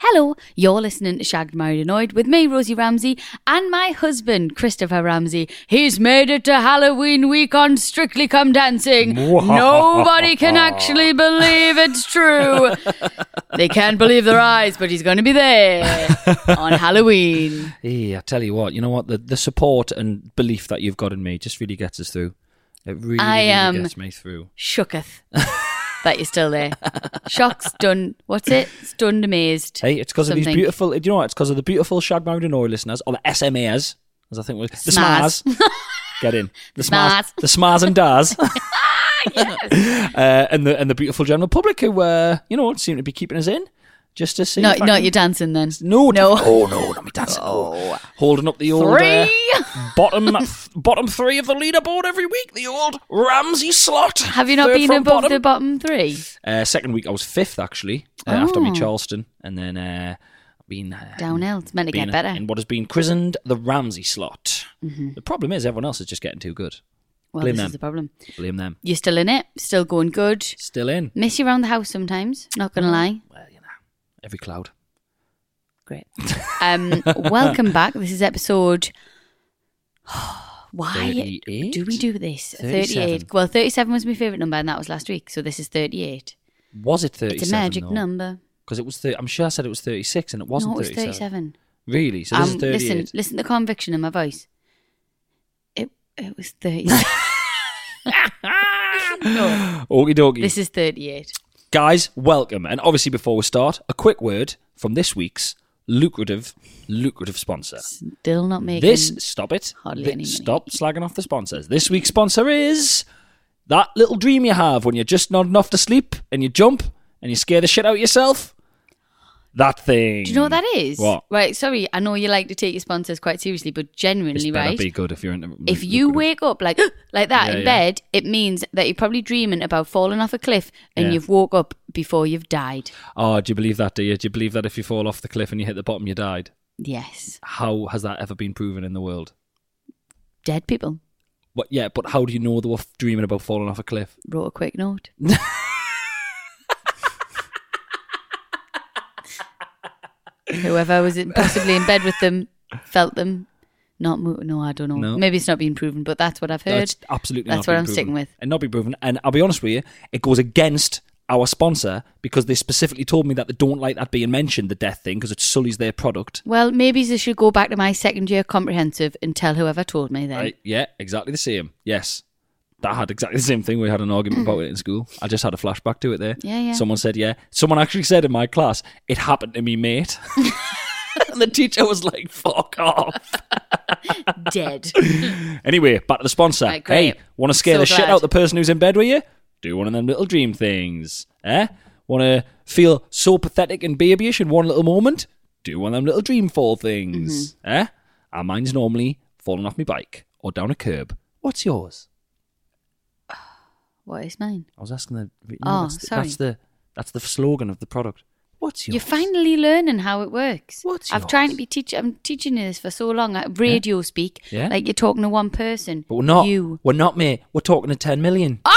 Hello, you're listening to Shagged Married Annoyed with me, Rosie Ramsey, and my husband, Christopher Ramsey. He's made it to Halloween week on Strictly Come Dancing. Nobody can actually believe it's true. they can't believe their eyes, but he's going to be there on Halloween. Eh, I tell you what, you know what? The the support and belief that you've got in me just really gets us through. It really, I um, really am- gets me through. Shooketh that you're still there. Shocked, stunned. What's it? Stunned, amazed. Hey, it's because of these Something. beautiful. Do you know what? It's because of the beautiful Shag Married and Oil listeners, or the SMAs, as I think was the Smars. SMAs. Get in the SMAs, Smars. the SMAs and DAS, uh, and the and the beautiful general public who uh, you know seem to be keeping us in just to see. No, if I no, can- you're dancing then. no, No. oh no, not me dancing. Oh. Holding up the old uh, Three. bottom th- bottom three of the leaderboard every week. The old Ramsey slot. Have you not Third been from above bottom. the bottom three? Uh, second week I was fifth actually uh, after Oh. me Charleston, and then uh, I've been uh, Downhill. It's meant to been get better. Mm-hmm. in what has been christened the Ramsey slot. The problem is everyone else is just getting too good. well, blame this them. is the problem. Blame them. You're still in it. Still going good. Still in Miss you around the house sometimes. Not gonna lie. every cloud. Great. Um, welcome back. This is episode. Why 38? do we do this? 37. Thirty-eight. Well, thirty-seven was my favorite number, and that was last week. So this is thirty-eight. Was it thirty? It's a magic number. because it was. Th- I'm sure I said it was thirty six, and it wasn't. no, it was 37. thirty-seven. Really? So this Um, is thirty eight. listen, listen to the conviction in my voice. It it was thirty-seven. no, Okie dokie. this is thirty-eight. Guys, welcome. And obviously, before we start, a quick word from this week's lucrative, lucrative sponsor. Still not making This, stop it. hardly Thi- any money. Stop slagging off the sponsors. This week's sponsor is that little dream you have when you're just nodding off to sleep and you jump and you scare the shit out of yourself. That thing. Do you know what that is? What? Right, sorry, I know you like to take your sponsors quite seriously, but This genuinely, better right? be good if you're into If you lucrative. wake up like like that Yeah, in yeah. bed, it means that you're probably dreaming about falling off a cliff and Yeah. you've woke up before you've died. Oh, do you believe that, do you? Do you believe that if you fall off the cliff and you hit the bottom, you died? Yes. How has that ever been proven in the world? Dead people. But yeah, but how do you know they were f- dreaming about falling off a cliff? Wrote a quick note. Whoever was in- possibly in bed with them felt them not mo- no, I don't know. No. Maybe it's not being proven, but that's what I've heard. That's absolutely That's not what being I'm proven. sticking with. And not be proven. And I'll be honest with you, it goes against our sponsor because they specifically told me that they don't like that being mentioned, the death thing, because it sullies their product. Well, maybe they should go back to my second year comprehensive and tell whoever told me then. Right? Yeah, exactly the same. Yes. That had exactly the same thing. We had an argument about it in school. I just had a flashback to it there. Yeah, yeah. Someone said, yeah. Someone actually said in my class, it happened to me, mate. and the teacher was like, fuck off. Dead. Anyway, back to the sponsor. Right, great. hey, want to scare So the shit glad. out the person who's in bed with you? Do one of them little dream things. Eh? Want to feel so pathetic and babyish in one little moment? Do one of them little dream fall things. Mm-hmm. Eh? And mine's normally falling off my bike or down a curb. What's yours? what is mine? I was asking the. no, Oh, that's the, sorry. That's the, that's the slogan of the product. What's yours? You're finally learning how it works. What's I've tried to yours? be teach. I'm teaching you this for so long. I- Radio speak. Yeah. Like you're talking to one person. But we're not. You. We're not, mate. We're talking to 10 million. Ah!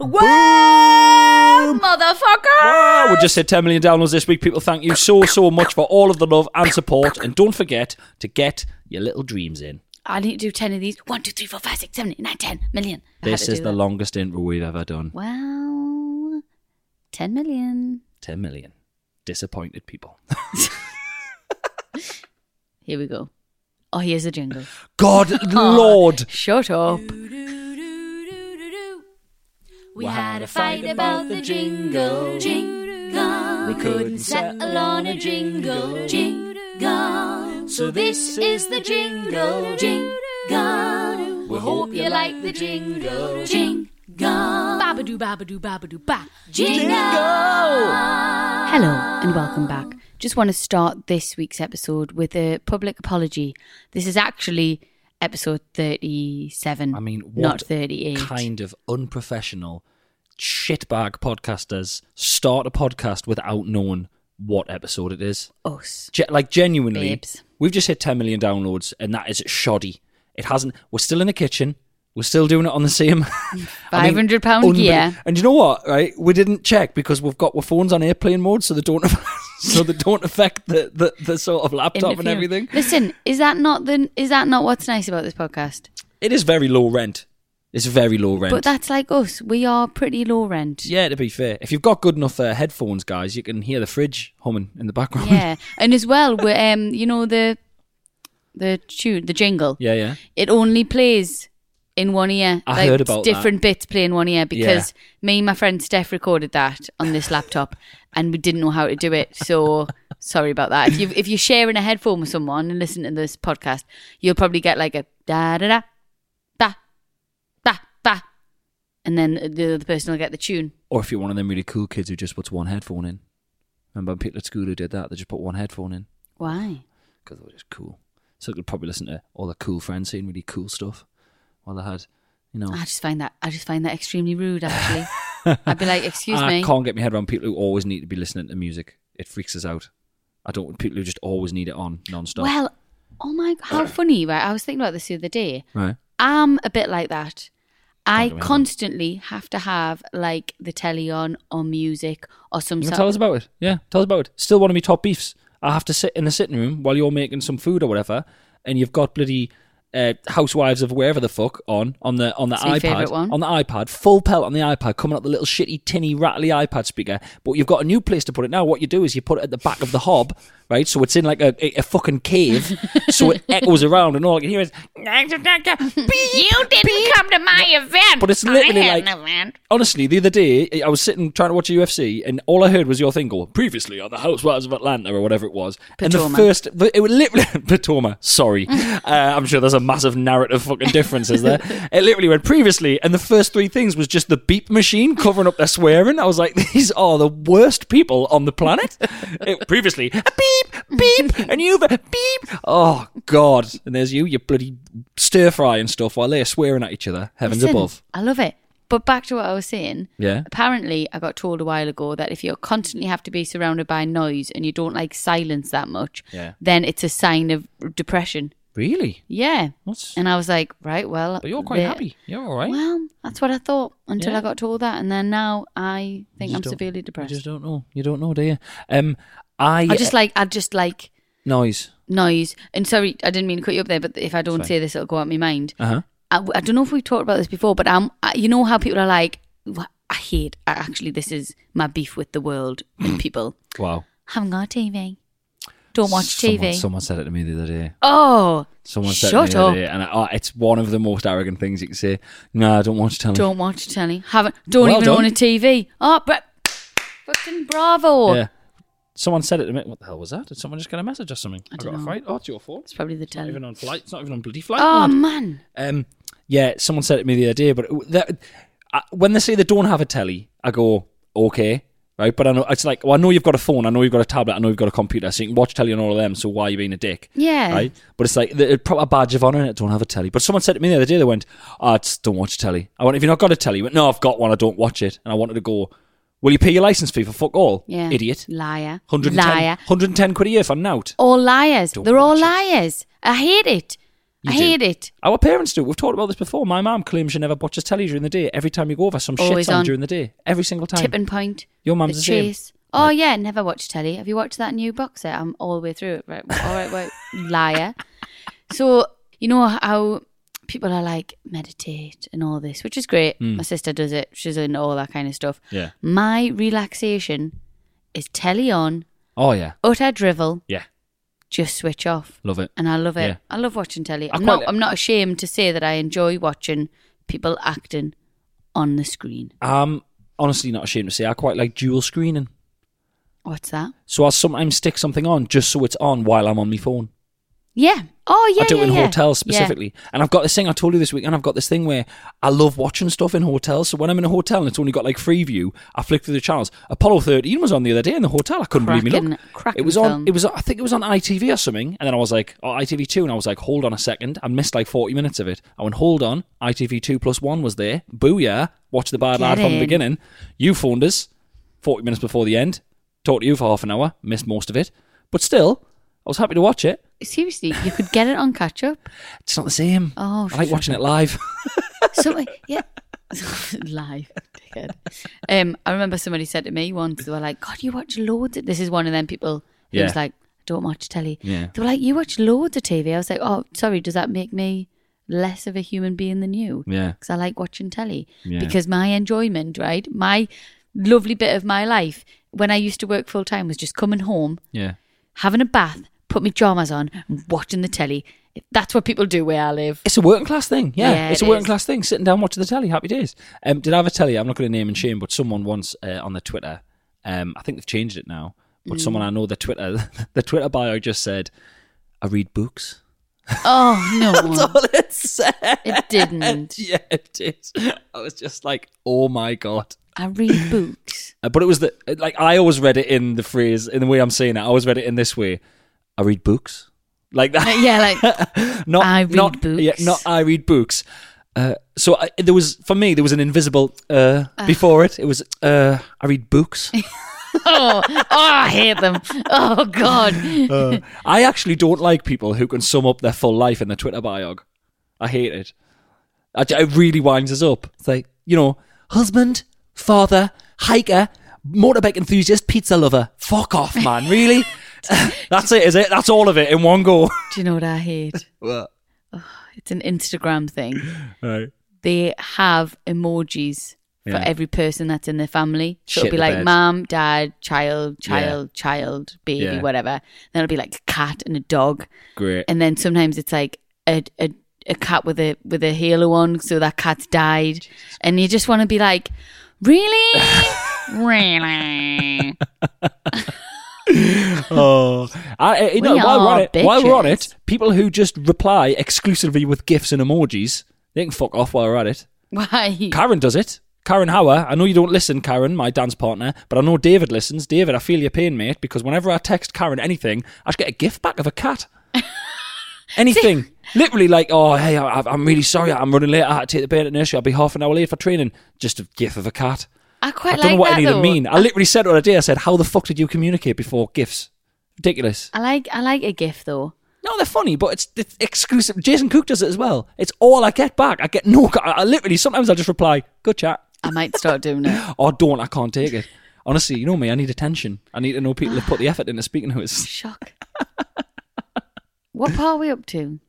Well, motherfucker. Wow, we just hit 10 million downloads this week. People, thank you so, so much for all of the love and support. And don't forget to get your little dreams in. I need to do ten of these. One, two, three, four, five, six, seven, eight, nine, ten million. I had This to is do the that. longest intro we've ever done. Well, 10 million. 10 million disappointed people. Here we go. Oh, here's the jingle. God, Lord. Shut up. We had a fight about the jingle. Jingle. We couldn't settle on a jingle. Jingle. So this is the jingle. Jingle. We hope you like the jingle. Jingle. Babadoo, babadoo, babadoo, ba. Hello and welcome back. Just want to start this week's episode with a public apology. This is actually episode 37. I mean, what not 38. kind of unprofessional shitbag podcasters start a podcast without knowing what episode it is? Us. Ge- like genuinely, Babes. we've just hit 10 million downloads, and that is shoddy. It hasn't. We're still in the kitchen. We're still doing it on the same Five hundred pound unbe- gear. And you know what? Right, we didn't check because we've got our phones on airplane mode, so they don't so they don't affect the, the, the sort of laptop and Interfering. everything. Listen, is that not the is that not what's nice about this podcast? It is very low rent. It's very low rent. But that's like us. We are pretty low rent. Yeah, to be fair, if you've got good enough uh, headphones, guys, you can hear the fridge humming in the background. Yeah. And as well, we um you know the the tune the jingle. yeah, yeah. It only plays in one ear. I heard about that. different bits play in one ear because me and my friend Steph recorded that on this laptop and we didn't know how to do it. So sorry about that. If you if you're sharing a headphone with someone and listen to this podcast, you'll probably get like a da da da ba ba ba and then the other person will get the tune. Or if you're one of them really cool kids who just puts one headphone in. Remember people at school who did that? They just put one headphone in Why? because they were just cool. So they could probably listen to all the cool friends saying really cool stuff while they had, you know. I just find that I just find that extremely rude actually. I'd be like, excuse I me. can't get my head around people who always need to be listening to music. It freaks us out. I don't want people who just always need it on non-stop. Well, oh my, how funny, right? I was thinking about this the other day. right? I'm a bit like that. I Can't do anything. constantly have to have like the telly on or music or some You sort tell us about it. Yeah, tell us about it. Still one of my top beefs. I have to sit in the sitting room while you're making some food or whatever, and you've got bloody uh, Housewives of wherever the fuck on on the on the It's my iPad favourite one. on the iPad full pelt on the iPad coming up the little shitty tinny rattly iPad speaker. But you've got a new place to put it now. What you do is you put it at the back of the hob, right? So it's in like a, a, a fucking cave, so it echoes around, and all I can hear is You didn't come to my event. But it's literally I had like- an event. Honestly, the other day I was sitting trying to watch a UFC, and all I heard was your thing go previously on the Housewives of Atlanta or whatever it was. And Patoma. the first, the- it was literally Patoma. Sorry, uh, I'm sure there's a massive narrative fucking difference, is there? It literally went previously, and the first three things was just the beep machine covering up their swearing. I was like, these are the worst people on the planet. It- previously, beep beep, and you've beep. Oh God! And there's you, you bloody stir fry and stuff while they're swearing at each other. Heavens Listen, above. I love it. But back to what I was saying. Yeah. Apparently, I got told a while ago that if you constantly have to be surrounded by noise and you don't like silence that much, Yeah. then it's a sign of depression. Really? Yeah. What's And I was like, right, well. But you're quite the- happy. You're all right. Well, that's what I thought until Yeah. I got told that. And then now I You think just I'm don't- severely You depressed. just don't know. You don't know, do you? Um, I, I just like, I just like noise. noise. And sorry, I didn't mean to cut you up there, but if I don't fine. say this, it'll go out my mind. Uh huh. I, I don't know if we talked about this before, but um, I, you know how people are like, "Wha- I hate. I, actually, this is my beef with the world and people. Wow. Haven't got a TV. Don't watch Someone, TV. someone said it to me the other day. oh, Someone said Shut it to me up. the other day, and I, oh, it's one of the most arrogant things you can say. No, I don't want to tell don't watch telly. Haven't. Don't Well even done. own a TV. Oh, but fucking bravo. Yeah. Someone said it to me. What the hell was that? Did someone just get a message or something? I, don't got know. a fight. Oh, it's your fault. It's probably the Not telly. even on flight. It's not even on bloody flight. Oh mode. man, Um, yeah, someone said it to me the other day, but it- that, I, when they say they don't have a telly, I go okay, right? But I know it's like, well, I know you've got a phone, I know you've got a tablet, I know you've got a computer, so you can watch telly on all of them. So why are you being a dick? Yeah. right. But it's like the a proper badge of honor, and it don't have a telly. But someone said to me the other day, they went, "Ah, "I just don't watch telly." I went, "Have you not got a telly?" He went, "No, I've got one. I don't watch it." And I wanted to go, "Will you pay your license fee for fuck all, yeah, idiot?" liar, 110, liar, 110 quid a year for nout. all liars. Don't They're all watch it. liars. I hate it. I You do. hate it. Our parents do. We've talked about this before. My mum claims she never watches telly during the day. Every time you go over, some Always shit's on, on. during the day. Every single time. Tipping point. Your mum's the, the same. chase. Oh yeah, never watched telly. Have you watched that new box set? I'm all the way through it. Right, all right, wait, liar. So you know how people are like meditate and all this, which is great. My sister does it; she's into all that kind of stuff. Hmm. Yeah. My relaxation is telly on, Oh yeah, utter drivel, yeah, just switch off, love it. and I love it. Yeah. I love watching telly. I I'm quite- not. I'm not ashamed to say that I enjoy watching people acting on the screen. I'm Um, honestly not ashamed to say I quite like dual screening. What's that? So I sometimes stick something on just so it's on while I'm on my phone. Yeah. Oh yeah. I do yeah, it in yeah. hotels Yeah. specifically. And I've got this thing I told you this weekend. I've got this thing where I love watching stuff in hotels. So when I'm in a hotel and it's only got like Freeview, I flick through the channels. Apollo 13 was on the other day in the hotel. I couldn't believe me. Look, Cracking- cracking it was on. film. It was. I think it was on ITV or something. And then I was like, oh, ITV2, and I was like, hold on a second. I missed like 40 minutes of it. I went, hold on. ITV2 plus one was there. Booyah! Watch the bad Get lad from the in. beginning. You phoned us 40 minutes before the end. Talked to you for half an hour. Missed most of it, but still, I was happy to watch it. Seriously, you could get it on catch up. It's not the same. Oh, I like shut watching it live. Somebody, yeah. Live. dickhead. Um, I remember somebody said to me once, they were like, God, you watch loads of this is one of them people who Yeah. was like, I don't watch telly. Yeah. They were like, You watch loads of TV. I was like, Oh, sorry, does that make me less of a human being than you? Yeah. Because I like watching telly. Yeah. Because my enjoyment, right? My lovely bit of my life when I used to work full time was just coming home, Yeah. having a bath, put my dramas on and watching the telly. That's what people do where I live. It's a working class thing. Yeah. Yeah, it's it a working is. class thing. Sitting down watching the telly. Happy days. Um, did I ever tell you? I'm not going to name and shame, but someone once uh, on their Twitter, um, I think they've changed it now, but someone I know, their Twitter, their Twitter bio just said, I read books. Oh no. it said. It didn't. Yeah, it did. I was just like, oh my God. I read books. Uh, but it was the, like, I always read it in the phrase, in the way I'm saying it, I always read it in this way I read books. Like that. yeah, like not I read not, books. Yeah, not I read books. Uh, so I, there was for me there was an invisible uh, before it. It was uh, I read books. oh, oh, I hate them. Oh God, I actually don't like people who can sum up their full life in their Twitter biog. I hate it. I, it really winds us up. It's like you know, husband, father, hiker, motorbike enthusiast, pizza lover. Fuck off, man. Really. That's it, is it? That's all of it in one go. do you know what I hate? Oh, it's an Instagram thing. Right. They have emojis for Yeah. every person that's in their family. So Shit it'll be the like bed. mom, dad, child, Yeah. child, child, baby, Yeah. whatever. Then it'll be like a cat and a dog, Great. and then sometimes it's like a a, a cat with a with a halo on, so that cat's died, and you just want to be like, really? Really? Oh, I, I- you know, We while we're on are it, while we're on bitches. it, people who just reply exclusively with gifs and emojis, they can fuck off while we're at it. Why? Karen does it. Karen Hauer, I know you don't listen, Karen, my dance partner, but I know David listens. David, I feel your pain, mate, because whenever I text Karen anything, I just get a gift back of a cat. anything. Literally, like, oh, hey, I, I- I'm really sorry, I'm running late. I had to take the baby at nursery. I'll be half an hour late for training. Just a gif of a cat. I quite I don't like know what that any of though. them mean. I literally said it on a day. I said, how the fuck did you communicate before gifs? Ridiculous. I like I like a gif though. No, they're funny, but it's, it's exclusive. Jason Cook does it as well. It's all I get back. I get no. I, I literally sometimes I just reply, "Good chat," I might start doing it. or "Don't." I can't take it. Honestly, you know me. I need attention. I need to know people have put the effort into speaking to us. Shock. What part are we up to?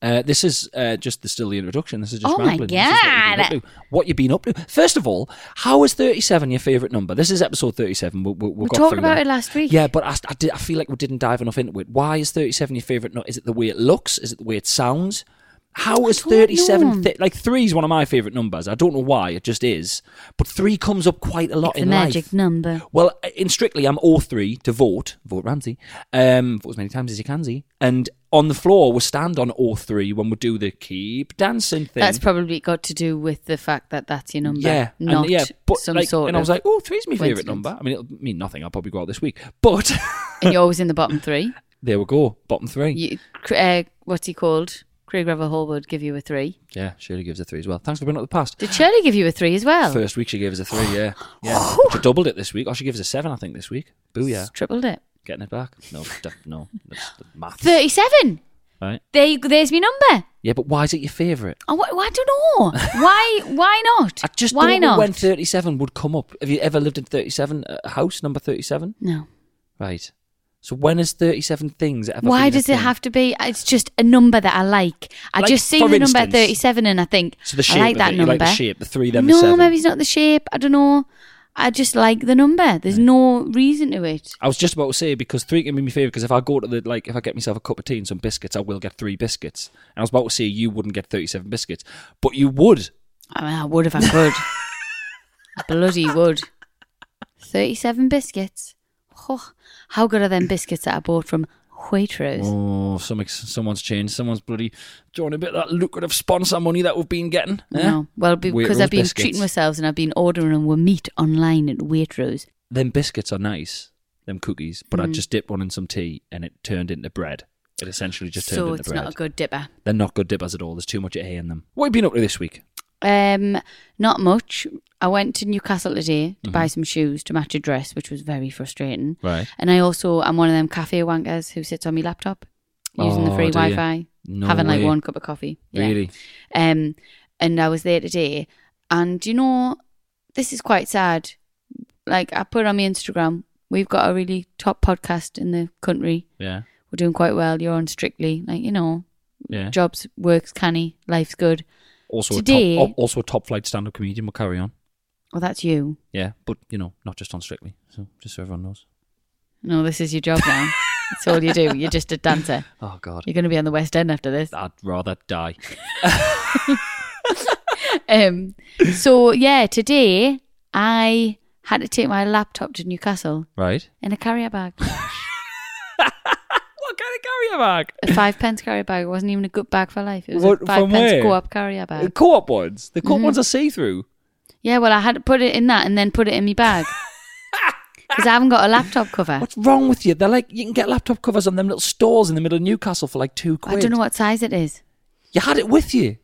Uh, this is uh, just the still the introduction. This is just Oh my rambling. This is what you've been up to. what you've been up to? First of all, how is thirty-seven your favourite number? This is episode thirty-seven. We, we, we, We got talked through about that. it last week. Yeah, but I, I, did, I feel like we didn't dive enough into it. Why is 37 your favourite note? Is it the way it looks? Is it the way it sounds? How is don't 37? know. Th- like, three is one of my favourite numbers. I don't know why, it just is. But three comes up quite a lot It's the in magic life. number. Well, in Strictly, I'm all three to vote. Vote Ramsey. Um, vote as many times as you can, see. And on the floor, we stand on all three when we do the keep dancing thing. That's probably got to do with the fact that that's your number. Yeah, and not yeah, but some like, sort and of. I was like, "Oh, three's my favourite coincidence. number." I mean, it'll mean nothing. I'll probably go out this week, but and you're always in the bottom three. there we go. Bottom three. You, cr- uh, what's he called? Craig Revel Hall would give you a three. Yeah, Shirley gives a three as well. Thanks for bringing up the past. Did Shirley give you a three as well? First week she gave us a three, yeah. Yeah. she doubled it this week. Or she gives a seven, I think, this week. Booyah. Tripled it. Getting it back. No, d- no. That's the math. Thirty-seven. Right. There, you- there's my number. Yeah, but why is it your favourite? Oh, wh- I don't know. Why? Why not? I just why don't not? know when uh, 37 would come up. Have you ever lived in 37, a house, number 37? no. Right. So when is 37 things that ever Why been a does it thing? have to be? It's just a number that I like. I Like, just see for the number instance- 37 and I think, So the shape I like of that it. You number. like the shape, the three, then the no, seven. maybe it's not the shape. I don't know. I just like the number. There's no reason to it. I was just about to say because three can be my favourite. Because if I go to the like, if I get myself a cup of tea and some biscuits, I will get three biscuits. And I was about to say you wouldn't get thirty-seven biscuits, but you would. I mean, I would if I could. I bloody would. 37 biscuits. Oh, how good are them biscuits that I bought from Waitrose? Oh, some someone's changed. Someone's bloody drawing a bit of that lucrative sponsor money that we've been getting. eh? No, well, because Waitrose I've been biscuits. treating myself and I've been ordering them with meat online at Waitrose. Them biscuits are nice. Them cookies, but I Hmm. just dipped one in some tea and it turned into bread. It essentially just turned so into it's bread. not a good dipper. They're not good dippers at all. There's too much A in them. What have you been up to this week? Um, not much. I went to Newcastle today to buy some shoes to match a dress, which was very frustrating. Mm-hmm. Right. And I also am one of them cafe wankers who sits on my laptop using the Oh, free do you? Wi-Fi, No having like way. one cup of coffee. Yeah. Really? Um, and I was there today, and you know, this is quite sad. Like I put on my Instagram, we've got a really top podcast in the country. Yeah. We're doing quite well. You're on Strictly, like you know, Yeah. jobs, works, canny, life's good. Also, Today- a top, al- also a top flight stand-up comedian. We'll carry on. Well, that's you. Yeah, but you know, not just on Strictly. So just so everyone knows. No, this is your job now. It's all you do. You're just a dancer. Oh God, You're going to be on the West End after this. I'd rather die. Um, so yeah, today I had to take my laptop to Newcastle Right? in a carrier bag, What kind of carrier bag? a five pence carrier bag. It wasn't even a good bag for life. It was What- a from five pence where? co-op carrier bag. Co-op ones. The co-op Mm-hmm. ones are see-through. Yeah, well, I had to put it in that and then put it in my bag because I haven't got a laptop cover. What's wrong with you? They're like you can get laptop covers on them little stores in the middle of Newcastle for like two quid. I don't know what size it is. You had it with you.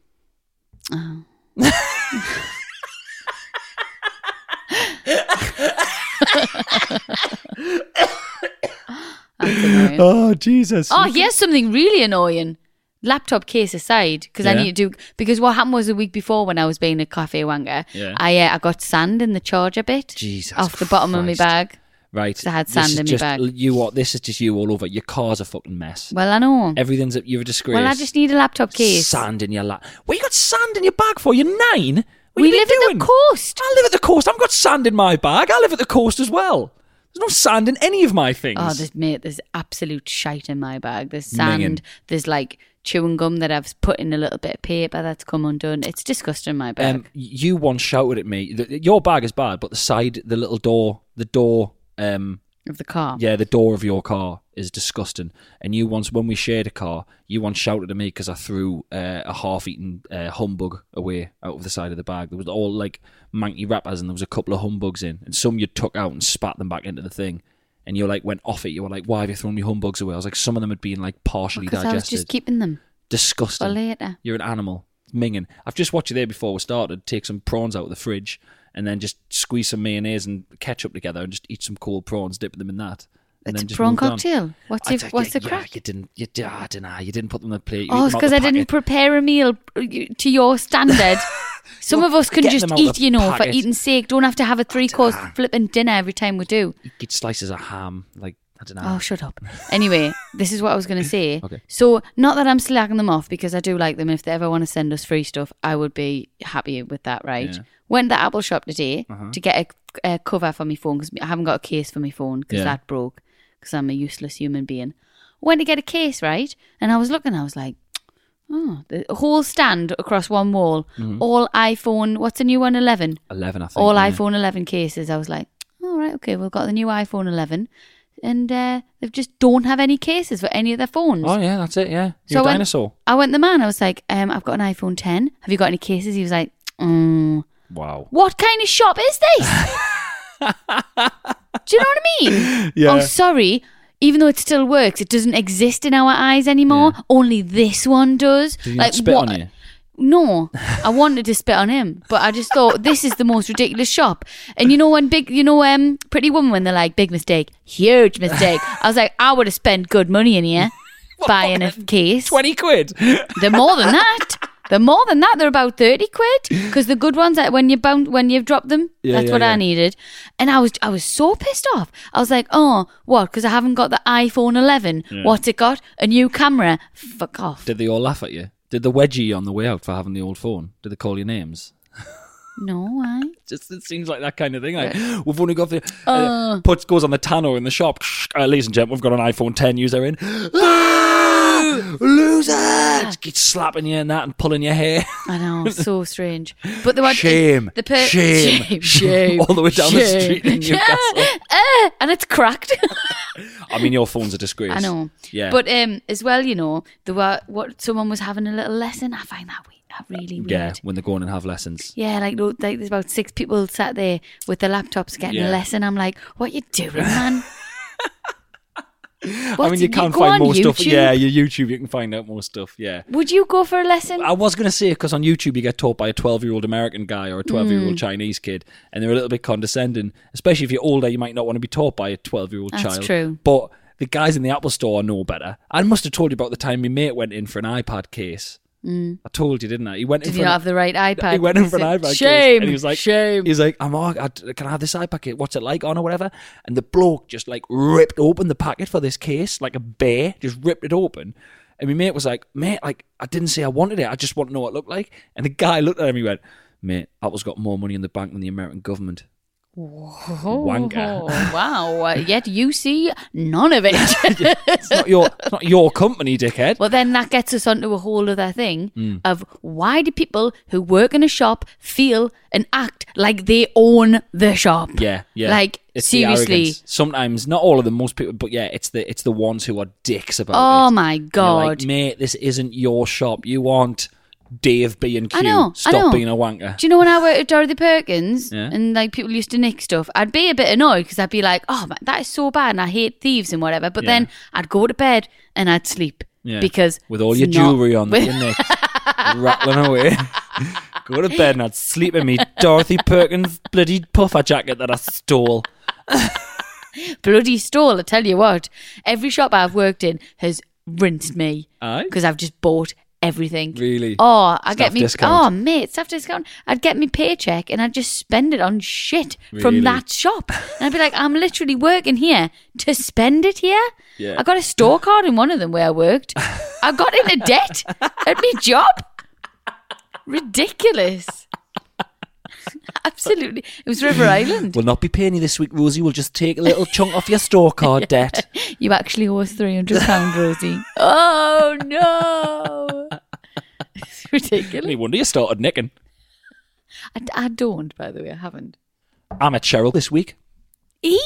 That's annoying. Oh Jesus! Oh, here's something really annoying. Laptop case aside, because I Yeah. need to do. Because what happened was the week before when I was being a cafe wanger, Yeah. I uh, I got sand in the charger bit Jesus off the bottom of my Christ. bag. Right. 'Cause I had this sand is in my just, bag. You are. This is just you all over. Your car's a fucking mess. Well, I know. Everything's. A, you're a disgrace. Well, I just need a laptop case. Sand in your lap. What you got sand in your bag for? You're nine. What we you been live doing? at the coast. I live at the coast. I've got sand in my bag. I live at the coast as well. There's no sand in any of my things. Oh, there's mate, there's absolute shite in my bag. There's sand. Minging. There's like chewing gum that I've put in a little bit of paper that's come undone. It's disgusting. My bag. um, you once shouted at me. th- Your bag is bad, but the side, the little door, the door, um, of the car. yeah, the door of your car is disgusting. And you once, when we shared a car, you once shouted at me because I threw uh, a half-eaten uh, humbug away out of the side of the bag. There was all like manky wrappers, and there was a couple of humbugs in, and some you took out and spat them back into the thing. And you like went off it. You were like, "Why have you thrown your humbugs away?" I was like, "Some of them had been like partially Because digested." I was just keeping them Disgusting. for later. You're an animal. Minging. I've just watched you there before we started. Take some prawns out of the fridge and then just squeeze some mayonnaise and ketchup together and just eat some cold prawns, dip them in that. And It's then a just prawn moved on. cocktail. What's I- your- I- what's the yeah, crack? You didn't. You, di- I don't know. You didn't put them in the plate. You ate Oh, it's them out because the I didn't packet. prepare a meal uh, to your standard. Some of us can get just them out eat, the you know, for packet. eating sake. Don't have to have a three course flipping dinner every time we do. You get slices of ham. Like I don't know. Oh, shut up. Anyway, this is what I was going to say. Okay. So, not that I'm slacking them off because I do like them. And if they ever want to send us free stuff, I would be happy with that, right? Yeah. Uh-huh. Went to the Apple shop today to get a, a cover for my phone because I haven't got a case for my phone because Yeah. that broke because I'm a useless human being. Went to get a case, right? And I was looking, I was like, oh, the whole stand across one wall, Mm-hmm. all iPhone, what's the new one? 11 Eleven. I think. all yeah. iPhone 11 cases. I was like, all right, okay, we've got the new iPhone 11, and uh, they just don't have any cases for any of their phones. Oh yeah, that's it. Yeah, I you're a went- dinosaur. I went to the man. I was like, um, I've got an iPhone 10. Have you got any cases? He was like, mm, Wow. what kind of shop is this? Do you know what I mean? Oh, sorry. Even though it still works, it doesn't exist in our eyes anymore. Only this one does. Did you not spit on you? No, I wanted to spit on him, but I just thought this is the most ridiculous shop. And you know when big, you know, um, Pretty Woman when they're like big mistake, huge mistake. I was like, I would have spent good money in here buying a case. Twenty quid. They're more than that. They're more than that. They're about thirty quid because the good ones that when you bound when you've dropped them, Yeah, that's yeah, what yeah. I needed. And I was I was so pissed off. I was like, oh, what? Because I haven't got the iPhone 11. What's it got? A new camera. Fuck off. Did they all laugh at you? Did the wedgie on the way out for having the old phone? Did they call you names? no, I. Just it seems like that kind of thing. Like we've only got the uh, puts goes on the tanno in the shop. Uh, ladies and gentlemen, we've got an iPhone 10 user in. Ah, Loser! Get slapping you in that and pulling your hair. I know, so strange. But the one Shame. the per- shame, shame, all the way down the street in shame. Newcastle. Ah, and it's cracked. I mean, your phone's a disgrace. I know. Yeah, But um, as well, you know, there were what someone was having a little lesson. I find that we that really weird. yeah, when they go on and have lessons. Yeah, like, no- like there's about six people sat there with their laptops getting Yeah. a lesson. I'm like, what you doing, man? I mean, you can't find more stuff. Yeah, your YouTube, you can find out more stuff. Yeah. Would you go for a lesson? I was going to say because on YouTube you get taught by a 12 year old American guy or a 12 year Hmm. old Chinese kid, and they're a little bit condescending. Especially if you're older, you might not want to be taught by a 12 year old That's child. true. But the guys in the Apple store know better. I must have told you about the time my mate went in for an iPad case. Mm. I told you, didn't I? He went in Hmm. Did for you an- not have the right iPad? He went in for an Shame, iPad case, Shame. and he was like, shame. He was like, I'm all, I, can I have this iPad case? What's it like on or whatever? And the bloke just like ripped open the packet for this case like a bear, just ripped it open. And my mate was like, mate, like I didn't say I wanted it. I just want to know what it looked like. And the guy looked at him. He went, mate, Apple's got more money in the bank than the American government. wanker. Oh, wow. Yet you see none of it. It's not your, it's not your company, dickhead. well, then that gets us onto a whole other thing Mm. of why do people who work in a shop feel and act like they own the shop? Yeah, yeah. Like, It's the seriously. arrogance. Sometimes, not all of them, most people, but yeah, it's the it's the ones who are dicks about it. Oh, my And you're God. like, mate, this isn't your shop. You aren't Dave B and Q. I know, I Stop know. being a wanker. Do you know when I worked at Dorothy Perkins Yeah. and like people used to nick stuff, I'd be a bit annoyed because I'd be like, "Oh, man, that is so bad, and I hate thieves and whatever." But then I'd go to bed and I'd sleep Yeah. because with all it's your not- jewelry on that with- your neck, rattling away. Go to bed and I'd sleep in me Dorothy Perkins bloody puffer jacket that I stole. bloody stall. I tell you what, every shop I've worked in has rinsed me Aye. because I've just bought everything. Really? Oh, I Staff get me. discount. Oh, mate, staff discount. I'd get me paycheck and I'd just spend it on shit Really? from that shop, and I'd be like, I'm literally working here to spend it here. Yeah. I got a store card in one of them where I worked. I got into debt at my job. Ridiculous. Absolutely. It was River Island. We'll not be paying you this week, Rosie. We'll just take a little chunk off your store card debt. You actually owe us three hundred pounds, Rosie. oh no! It's No ridiculous. wonder you started nicking. I, I don't, by the way. I haven't. I'm at Cheryl this week. E,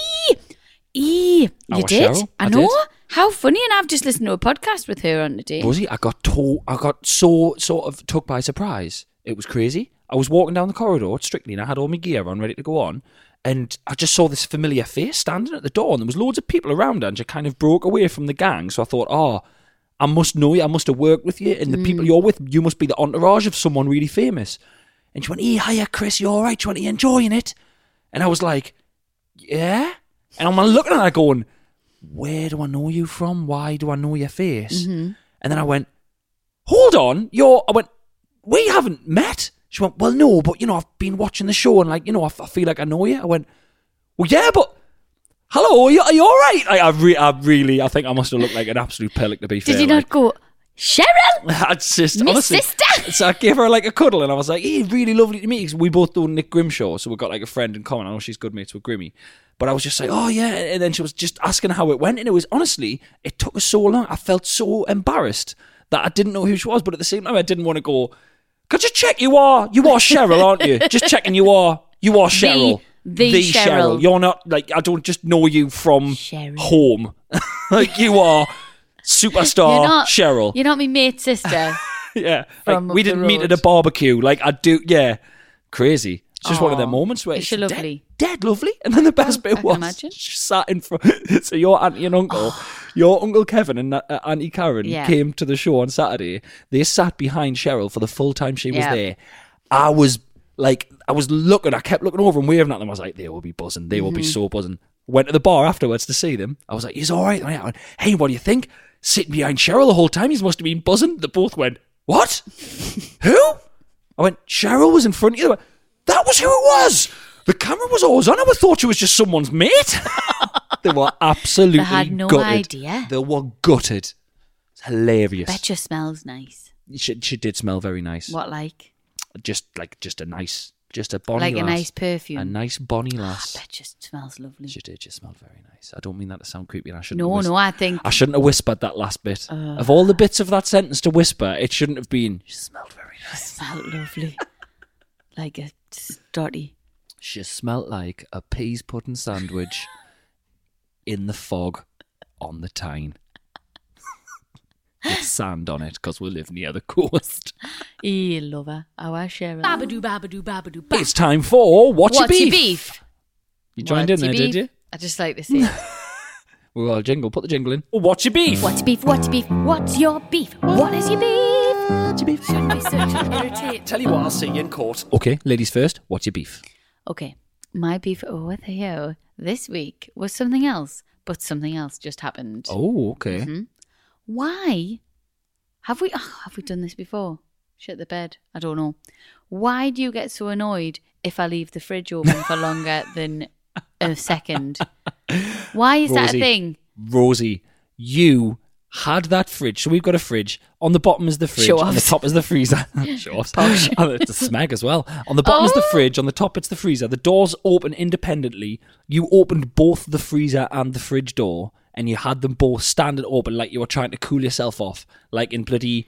e. I You was did? Cheryl. I I know. did. How funny! And I've just listened to a podcast with her on today. Rosie, I got to- I got so sort of took by surprise. It was crazy. I was walking down the corridor at Strictly and I had all my gear on, ready to go on. And I just saw this familiar face standing at the door, and there was loads of people around her, and she kind of broke away from the gang. So I thought, oh, I must know you. I must have worked with you, and the people you're with, you must be the entourage of someone really famous. And she went, hey, hiya, Chris, you all right? She went, you enjoying it? And I was like, yeah. And I'm looking at her going, where do I know you from? Why do I know your face? Mm-hmm. And then I went, hold on, you're, I went, we haven't met. She went, well, no, but you know, I've been watching the show and like, you know, I, f- I feel like I know you. I went, well, yeah, but hello, are you, are you all right? I, I, re- I really, I think I must have looked like an absolute pellet to be fair. Did you like- not go, Cheryl? I just My honestly, sister! So I gave her like a cuddle, and I was like, "Eh, really lovely to meet." you." 'Cause we both know Nick Grimshaw, so we got like a friend in common. I know she's good mates with Grimmy, but I was just like, "Oh yeah," and then she was just asking how it went, and it was honestly, it took us so long. I felt so embarrassed that I didn't know who she was, but at the same time, I didn't want to go. Could you check? You are you are Cheryl, aren't you? Just checking. You are you are Cheryl. the Cheryl. You're not like I don't just know you from Cheryl. home. like you are superstar Oh, Cheryl You're not my mate's sister. yeah. Like, from we up the didn't meet at road. a barbecue. Like I do. Yeah, crazy. It's just one of Aw, them moments where is it's she dead- lovely? dead, lovely. And then the best I bit can was imagine. Oh. she sat in front. so your auntie and uncle, your uncle Kevin and uh, auntie Karen Yeah. came to the show on Saturday. They sat behind Cheryl for the full time she was Yeah. there. I was like, I was looking. I kept looking over and waving at them. I was like, they will be buzzing. They will Mm-hmm. be so buzzing. Went to the bar afterwards to see them. I was like, he's all right. And I went, Hey, what do you think? Sitting behind Cheryl the whole time. He must have been buzzing. They both went. What? who? I went, Cheryl was in front of you. They went, That was who it was. The camera was always on. I thought it was just someone's mate. they were absolutely They had no gutted. idea. They were gutted. It's hilarious. Betcha smells nice. She, she did smell very nice. What like? Just like just a nice, just a bonny like lass. a nice perfume. a nice bonny lass. Betcha smells lovely. She did. She smelled very nice. I don't mean that to sound creepy, and I shouldn't. No, whis- no, I think I shouldn't have whispered that last bit. of all the bits of that sentence to whisper, it shouldn't have been. She smelled very nice. smelled lovely. like a study. She smelt like a peas pudding sandwich in the fog on the Tyne. With sand on it because we live near the coast. E lover, our Cheryl. Babadoo, babadoo, babadoo, babadoo. It's time for What's, What's Your your Beef? You joined in What's there, your did beef? you? I just like to say it. We will jingle. Put the jingle in. Mm. What's Your Beef? What's beef? What's beef? What's your beef? What is your beef? Shouldn't be such an irritate. Tell you what, I'll see you in court. Ah, Okay, ladies first. What's your beef? Okay, my beef with you this week was something else, but something else just happened. Oh, okay. Why have we oh, have we done this before? Shit the bed. I don't know. Why do you get so annoyed if I leave the fridge open for longer than a second? Why is that Rosie. a thing? Rosie, you had that fridge. So we've got a fridge. On the bottom is the fridge. Show on the offs. top is the freezer. Show offs. Oh, it's a smeg as well. On the bottom is the Oh. fridge. On the top it's the freezer. The doors open independently. You opened both the freezer and the fridge door, and you had them both standing open like you were trying to cool yourself off, like in bloody.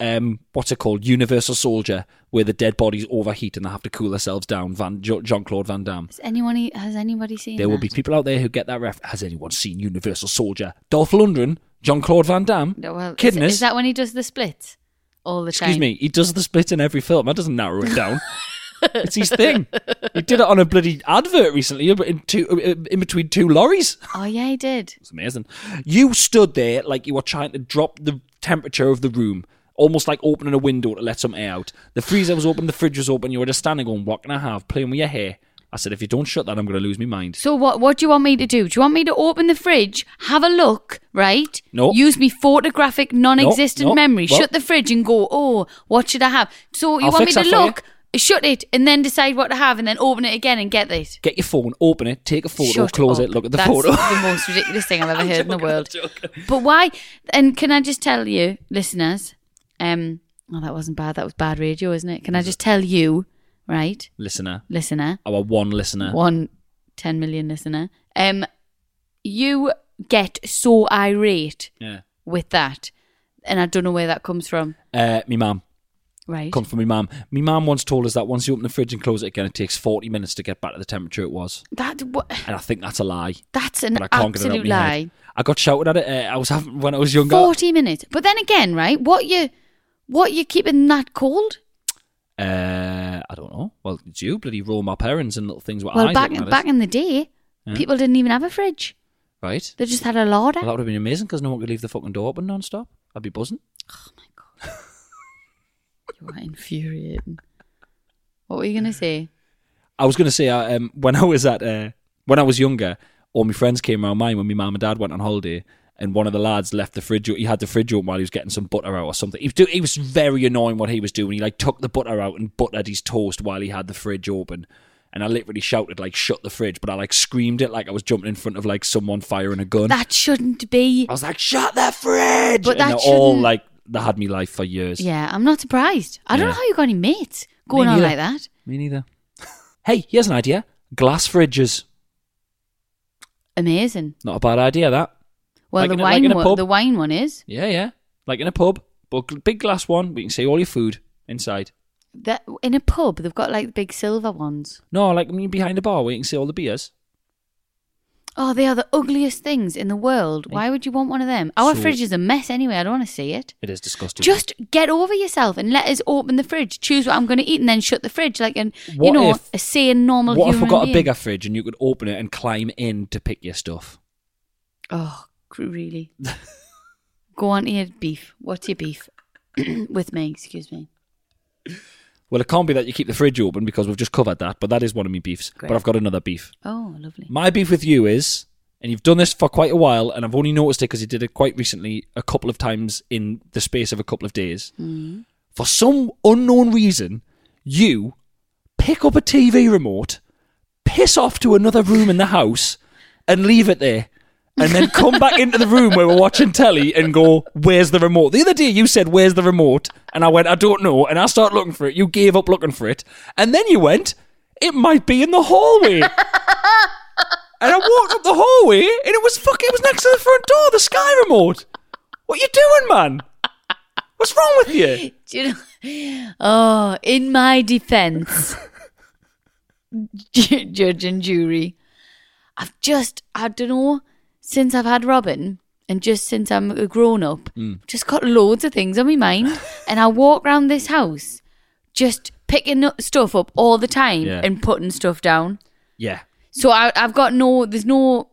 Um, what's it called? Universal Soldier, where the dead bodies overheat and they have to cool themselves down. Van Jean Claude Van Damme. Has anyone e, has anybody seen There will that? be people out there who get that ref. Has anyone seen Universal Soldier? Dolph Lundgren, John Claude Van Damme, No, well, is, kidding us. is that when he does the split all the time? Excuse me, he does the split in every film. That doesn't narrow it down. it's his thing. He did it on a bloody advert recently, uh, but in, two, in between two lorries. Oh yeah, he did. It's amazing. You stood there like you were trying to drop the temperature of the room, almost like opening a window to let some air out. The freezer was open, the fridge was open. You were just standing going, "What can I have?" Playing with your hair. I said, "If you don't shut that, I'm going to lose my mind." So what what do you want me to do? Do you want me to open the fridge, have a look, right? No. Use me photographic non-existent no. memory. Well- Shut the fridge and go, "Oh, what should I have?" So you I'll want me fix to that for you. look, shut it and then decide what to have and then open it again and get it. Get your phone, open it, take a photo, Shut close up. it, look at the That's photo. the most ridiculous thing I've ever heard in the world. But why? And can I just tell you, listeners? Um, well, that wasn't bad. That was bad radio, isn't it? Can I just tell you, right, listener, listener, our one listener. one 10 million listener, um, you get so irate Yeah. with that, and I don't know where that comes from, Uh, me mum. right? Come from me mum. Me mum once told us that once you open the fridge and close it again, it takes 40 minutes to get back to the temperature it was. that what, And I think that's a lie. that's an But I can't get it out absolute of my head. lie. I got shouted at it. Uh, I was having, when I was younger. Forty minutes, but then again, right? What you, what you keeping that cold? Uh, I don't know. Well, it's you bloody roll my parents and little things. What Well, eyes back looking at us. back in the day, people didn't even have a fridge. right? They just had a larder. Well, that would have been amazing because no one could leave the fucking door open non-stop. I'd be buzzing. you are infuriating. What were you gonna say? I was going to say uh, um, when I was at uh, when I was younger, all my friends came around mine when my mum and dad went on holiday, and one of the lads left the fridge. He had the fridge open while he was getting some butter out or something. He was, do- he was very annoying what he was doing. He like took the butter out and buttered his toast while he had the fridge open. And I literally shouted like "shut the fridge," but I like screamed it like I was jumping in front of like someone firing a gun. That shouldn't be. I was like "shut the fridge," But and that they're all shouldn't- like they had me life for years. Yeah, I'm not surprised. I don't Yeah. know how you got any mates going on neither. like that. Me neither. hey, here's an idea: glass fridges. Amazing. Not a bad idea that. Well, Like the in a- like wine in a one, pub. the wine one is Yeah, yeah. Like in a pub, but gl- big glass one, we can see all your food inside. that in a pub they've got like the big silver ones. No, like I mean, behind the bar, we can see all the beers. Oh, they are the ugliest things in the world. Why would you want one of them? Our So- fridge is a mess anyway. I don't want to see it. It is disgusting. Just get over yourself and let us open the fridge, choose what I'm going to eat, and then shut the fridge like an you What know if- a sane normal what if human we got being. a bigger fridge and you could open it and climb in to pick your stuff? Oh, cr- really? Go on to your beef. What's your beef with me? Excuse me. Well, it can't be that you keep the fridge open because we've just covered that, but that is one of my beefs. Great. But I've got another beef. Oh, lovely. My beef with you is, and you've done this for quite a while, and I've only noticed it because you did it quite recently, a couple of times in the space of a couple of days. for some unknown reason, you pick up a TV remote, piss off to another room in the house, and leave it there. And then come back into the room where we're watching telly and go, Where's the remote? The other day you said, Where's the remote? And I went, I don't know. And I started looking for it. You gave up looking for it. And then you went, It might be in the hallway. And I walked up the hallway, and it was fucking. It was next to the front door, the Sky remote. What you doing, man? What's wrong with you? Do you know? Oh, in my defense, ju- judge and jury, I've just, I don't know, since I've had Robin and just since I'm a grown up, just got loads of things on my mind. and I walk around this house just picking up stuff up all the time Yeah. and putting stuff down. Yeah, So I, I've got no, there's no,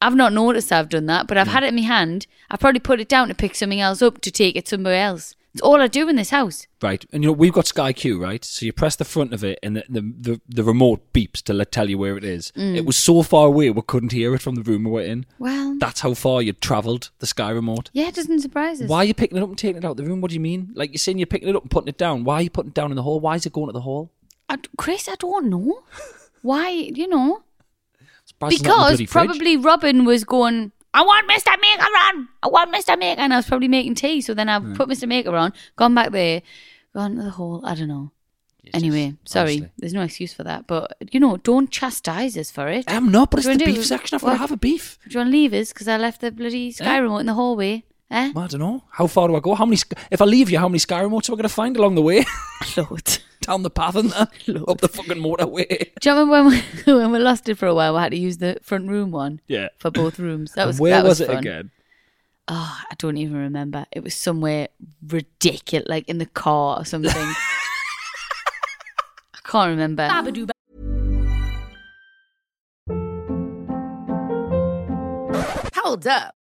I've not noticed I've done that, but I've had it in my hand. I've probably put it down to pick something else up to take it somewhere else. It's all I do in this house. right. And you know we've got Sky Q, right? So you press the front of it, and the the, the, the remote beeps to let, tell you where it is. Mm. It was so far away we couldn't hear it from the room we were in. Well, That's how far you'd travelled the Sky remote. yeah, it doesn't surprise us. Why are you picking it up and taking it out of the room? What do you mean? Like you're saying you're picking it up and putting it down. Why are you putting it down in the hall? Why is it going to the hall? I d Chris, I don't know. Why, you know? Surprised it's not in the Because bloody fridge. probably Robin was going, I want Mr. Maker on. I want Mr. Maker. And I was probably making tea. So then I Hmm. put Mr. Maker on, gone back there, gone to the hall. I don't know. anyway, sorry. honestly. There's no excuse for that. But, you know, don't chastise us for it. I'm not, but it's Do you the wanna do- beef section. I've got to what? have a beef. Do you want to leave us? Because I left the bloody Sky Eh? remote in the hallway. Eh? Well, I don't know. How far do I go? How many? Sk- If I leave you, how many Sky remotes am I going to find along the way? Lord. Down the path and that? up the fucking motorway. Do you remember when we, when we lost it for a while? We had to use the front room one Yeah. for both rooms. That was and where that was, it fun. again? Oh, I don't even remember. It was somewhere ridiculous, like in the car or something. I can't remember. Hold up.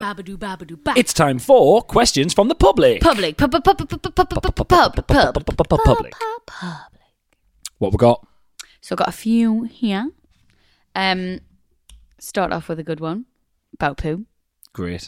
Babadoo, babadoo, ba- It's time for questions from the public. public. Pub, pub, pub, pub, pub, pub, pub, pub, pub, pub, pub, Public. pub. What we got? So I've got a few here. Um, start off with a good one about poo. Great.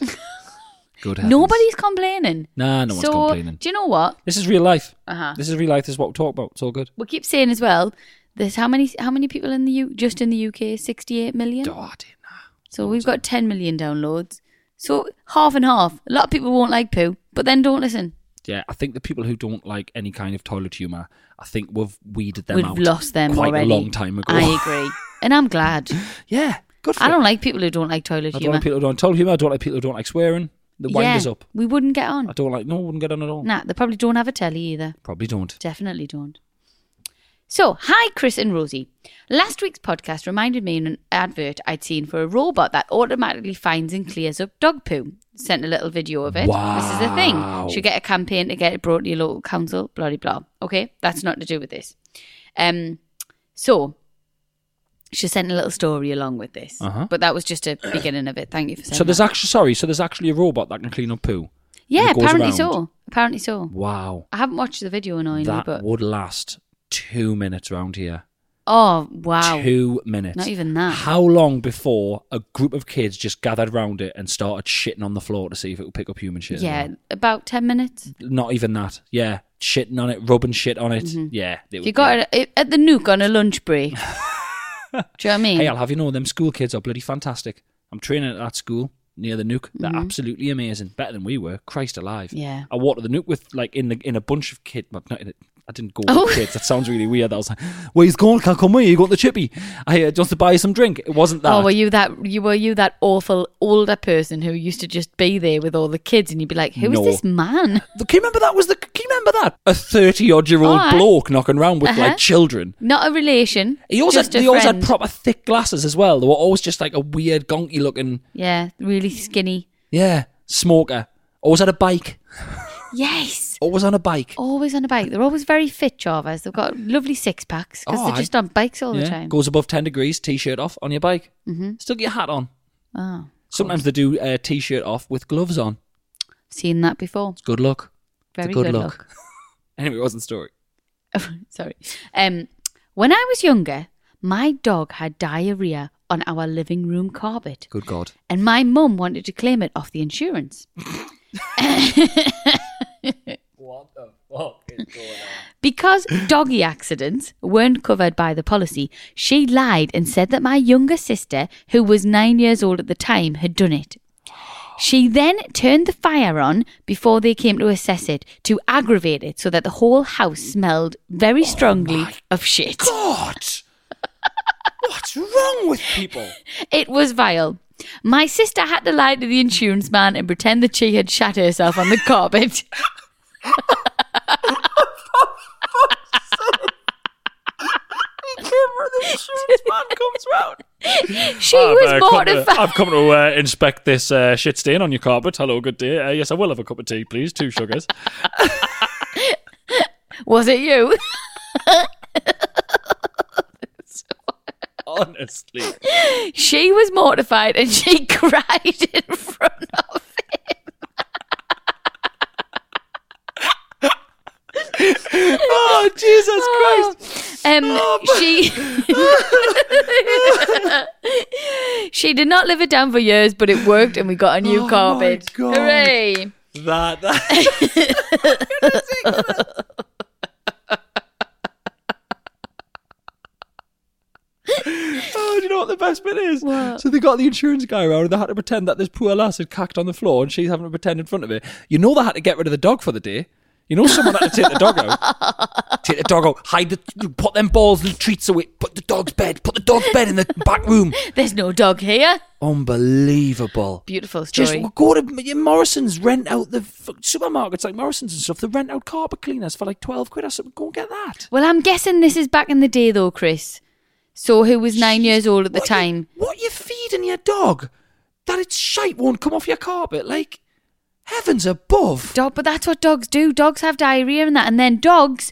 Good. Heavens. Nobody's complaining. Nah, no one's so, complaining. Do you know what? This is real life. Uh-huh. This is real life. This is what we talk about. It's all good. We keep saying as well. There's how many how many people in the U just in the UK? Sixty eight million. Oh, I didn't know. So we've got 10 million downloads. So half and half. A lot of people won't like poo, but then don't listen. Yeah, I think the people who don't like any kind of toilet humor, I think we've weeded them We've out. lost them quite already. a long time ago. I agree. And I'm glad. yeah, good. For I it. don't like people who don't like toilet I don't humour. like people who don't like toilet humor. I don't like people who don't like swearing. The wind is Yeah, up. We wouldn't get I on. don't like. No, wouldn't get on at all. Nah, they probably don't have a telly either. Probably don't. Definitely don't. So, hi, Chris and Rosie. Last week's podcast reminded me of an advert I'd seen for a robot that automatically finds and clears up dog poo. Sent a little video of it. This is the Wow. thing. Should get a campaign to get it brought to your local council, blah, blah, blah. Okay, that's not to do with this. Um, so, She sent a little story along with this, Uh-huh. but that was just a beginning of it. Thank you for saying So there's that. actually sorry. So there's actually a robot that can clean up poo. yeah, It goes apparently around. so. Apparently so. Wow, I haven't watched the video annoyingly, that but would last two minutes round here. oh wow, Two minutes. Not even that. How long before a group of kids just gathered round it and started shitting on the floor to see if it would pick up human shit? as yeah, well? about ten minutes. Not even that. Yeah. Shitting on it, rubbing shit on it. Yeah. It Mm-hmm. If would- you got it at- at the nuke on a lunch break. Do you know what I mean? Hey, I'll have you know, them school kids are bloody fantastic. I'm training at that school near the nuke. They're absolutely amazing, better than we were. Christ alive! Mm-hmm. Yeah. I walked to the nuke with like in the in a bunch of kids, but not in a, I didn't go with Oh. kids. That sounds really weird. I was like, "Where he's going? Can I come with you? You got the chippy? I uh, just to buy you some drink." It wasn't that. Oh, were you that? You were you that awful older person who used to just be there with all the kids, and you'd be like, "Who is No. this man?" Can you remember that was the? Can you remember that? A thirty odd year old Alright. bloke knocking around with Oh, Uh-huh. like children. Not a relation. He always just had, a he always had friend. proper thick glasses as well. They were always just like a weird gonky looking. Yeah, really skinny. Yeah, smoker. Always had a bike. Yes. Always on a bike. Always on a bike. They're always very fit, Jarvis. They've got lovely six packs because Oh, they're I- just on bikes all the Yeah, time. Goes above 10 degrees, t shirt off on your bike. hmm Still get your hat on. Oh, Sometimes they do uh, t shirt off with gloves on. seen that before. It's good luck. Very it's a good, good look. anyway, it wasn't story. Sorry. Um, when I was younger, my dog had diarrhea on our living room carpet. Good God. and my mum wanted to claim it off the insurance. What the fuck is going on? Because doggy accidents weren't covered by the policy, she lied and said that my younger sister, who was nine years old at the time, had done it. She then turned the fire on before they came to assess it to aggravate it so that the whole house smelled very strongly of shit. Oh God! What's wrong with people? It was vile. My sister had to lie to the insurance man and pretend that she had shat herself on the carpet. She Oh, was mortified. I've uh, come to uh, inspect this uh, shit stain on your carpet. Hello, good day. Uh, yes, I will have a cup of tea, please. Two sugars. Was it you? Honestly. She was mortified and she cried in front of Oh, Jesus Christ. um she She did not live it down for years, but it worked and we got a new Oh my carpet. God. Hooray. That that Oh, do you know what the best bit is? What? So they got the insurance guy around and they had to pretend that this poor lass had cacked on the floor and she's having to pretend in front of it. You know they had to get rid of the dog for the day. You know someone had to take the dog out. Take the dog out, hide the put them balls and treats away, put the dog's bed, put the dog's bed in the back room. There's no dog here. Unbelievable. Beautiful story. Just go to Morrison's, rent out the f- supermarkets like Morrison's and stuff. They rent out carpet cleaners for like 12 quid or something. Go and get that. Well, I'm guessing this is back in the day though, Chris. So who was 9 years old at the What you- time? what you feeding your dog? That its shite won't come off your carpet. Like, heavens above. Dog, but that's what dogs do. Dogs have diarrhea and that, and then dogs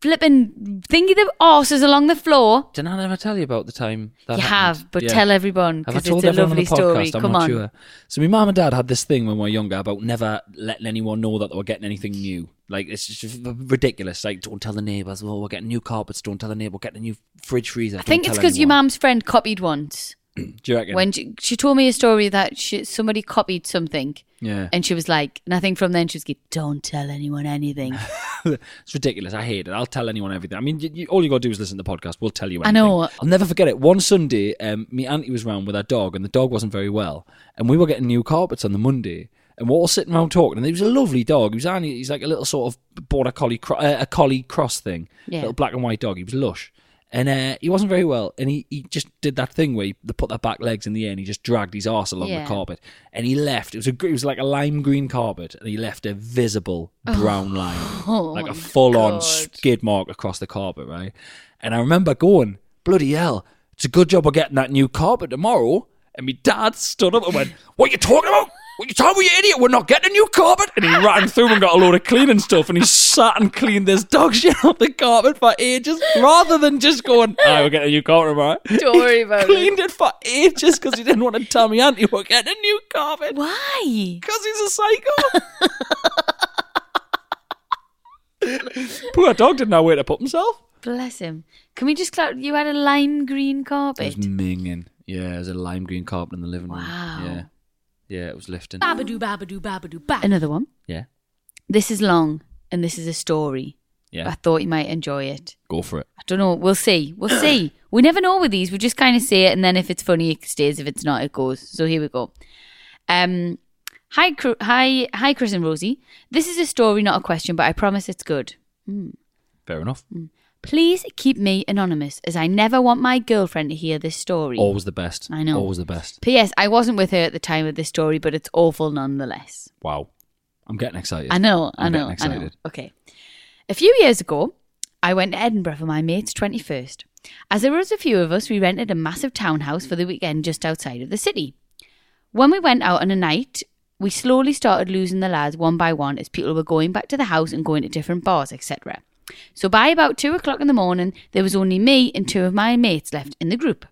flipping thingy the arses along the floor. Did I ever tell you about the time? You have, but tell everyone Have I because told it's a everyone on the lovely story. podcast? I'm Come not on. sure. So my mum and dad had this thing when we were younger about never letting anyone know that they were getting anything new. Like it's just ridiculous. Like don't tell the neighbours. Oh, we're getting new carpets. Don't tell the neighbour. We're getting a new fridge freezer. I think it's because your mum's friend copied once. Do you reckon? When she, she told me a story that she, somebody copied something, yeah, and she was like, and I think from then she was like, "Don't tell anyone anything." it's ridiculous. I hate it. I'll tell anyone everything. I mean, you, you, all you got to do is listen to the podcast. We'll tell you. I Anything. know. I'll never forget it. One Sunday, um, me auntie was round with our dog, and the dog wasn't very well, and we were getting new carpets on the Monday. And we're all sitting around talking, and he was a lovely dog. He was only- he's like a little sort of border collie, cro- uh, a collie cross thing, Yeah. little black and white dog. He was lush, and uh, he wasn't very well. And he, he just did that thing where he, they put their back legs in the air, and he just dragged his arse along Yeah. the carpet. And he left. It was a gr- it was like a lime green carpet, and he left a visible brown line like a full on skid mark across the carpet, right? And I remember going, bloody hell, it's a good job of getting that new carpet tomorrow. And my dad stood up and went, What you talking about? What you talking about, you idiot? We're not getting a new carpet. And he ran through and got a load of cleaning stuff and he sat and cleaned this dog shit off the carpet for ages rather than just going, I will get a new carpet tomorrow. Don't worry about it. Cleaned it for ages because he didn't want to tell me, Auntie, we're getting a new carpet. Why? Because he's a psycho. Poor dog didn't know where to put himself. Bless him. Can we just clar- you had a lime green It carpet? was minging. Yeah, it was a lime green carpet in the living Wow. room. Yeah. Yeah, it was lifting. Babadoo, babadoo, babadoo, ba. Another one. Yeah. This is long and this is a story. Yeah. I thought you might enjoy it. Go for it. I don't know. We'll see. We'll see. We never know with these. We just kind of say it, and then if it's funny, it stays. If it's not, it goes. So here we go. Um, hi, Cr- hi, hi, Chris and Rosie. This is a story, not a question, but I promise it's good. Hmm. Fair enough. Please keep me anonymous, as I never want my girlfriend to hear this story. Always the best. I know. Always the best. P.S. I wasn't with her at the time of this story, but it's awful nonetheless. Wow. I'm getting excited. I know, I I'm know, Getting I know. excited. Okay. A few years ago, I went to Edinburgh for my mate's 21st. As there was a few of us, we rented a massive townhouse for the weekend just outside of the city. When we went out on a night, we slowly started losing the lads one by one as people were going back to the house and going to different bars, etc. So by about two o'clock in the morning, there was only me and two of my mates left in the group.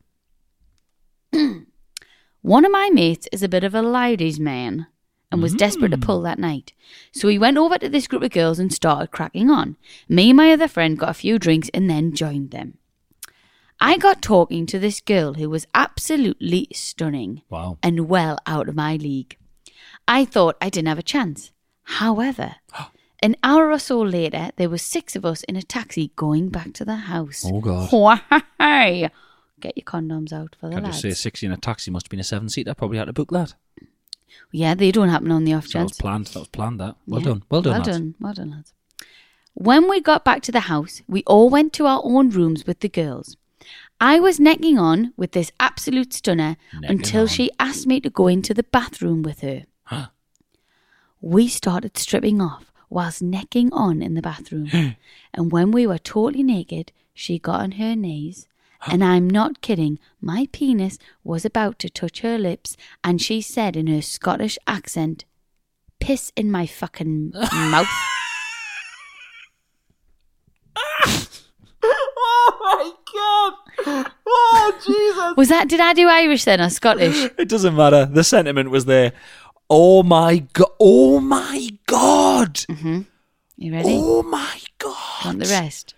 One of my mates is a bit of a ladies' man and was desperate to Hmm. pull that night. So he went over to this group of girls and started cracking on. Me and my other friend got a few drinks and then joined them. I got talking to this girl who was absolutely stunning Wow. and well out of my league. I thought I didn't have a chance. However, an hour or so later, there were six of us in a taxi going back to the house. Oh, God. Why? Get your condoms out for the Can I lads. just say 60 in a taxi must have been a seven seater. Probably had to book that. Yeah, they don't happen on the off So that was chance. planned. That was planned, that. Well Yeah. done. Well done, Well lads. done. Well done, lads. When we got back to the house, we all went to our own rooms with the girls. I was necking on with this absolute stunner Necking until on. she asked me to go into the bathroom with her. we started stripping off whilst necking on in the bathroom. and when we were totally naked, she got on her knees. And I'm not kidding, my penis was about to touch her lips, and she said in her Scottish accent, Piss in my fucking mouth. Oh my god! Oh Jesus! Was that, did I do Irish then or Scottish? It doesn't matter. The sentiment was there. Oh my god! Oh my god! Mm-hmm. You ready? Oh my Want god! the rest?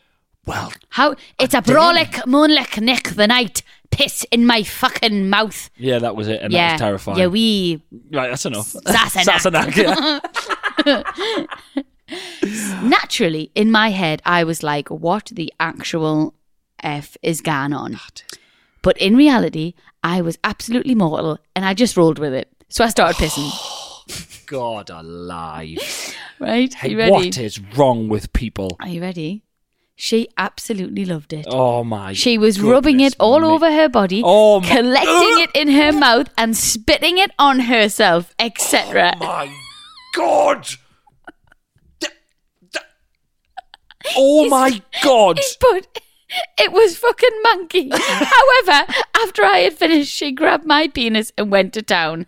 Well, How? It's a brolic, moonlick, nick the night. Piss in my fucking mouth. yeah, that was it, and yeah. that was terrifying. Yeah, we. right, that's enough. Sassenach. Sassenach, yeah. Naturally, in my head, I was like, what the actual F is going on? But in reality, I was absolutely mortal and I just rolled with it. So I started pissing. God alive! right? Hey, you ready? what is wrong with people? Are you ready? She absolutely loved it. Oh my! She was rubbing goodness it all me. over her body, Oh my- collecting it in her mouth and spitting it on herself, etc. My God! D- d- Oh my God! but it was fucking monkey. However, after I had finished, she grabbed my penis and went to town.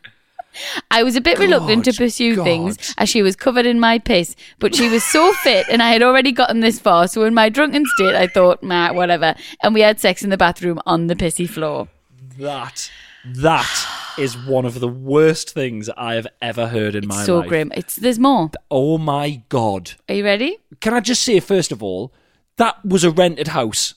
I was a bit reluctant to God, pursue God. things as she was covered in my piss, but she was so fit and I had already gotten this far. So, in my drunken state, I thought, nah, whatever. And we had sex in the bathroom on the pissy floor. That that is one of the worst things I have ever heard in my so life. grim. It's There's more. Oh my god! Are you ready? Can I just say first of all, that was a rented house.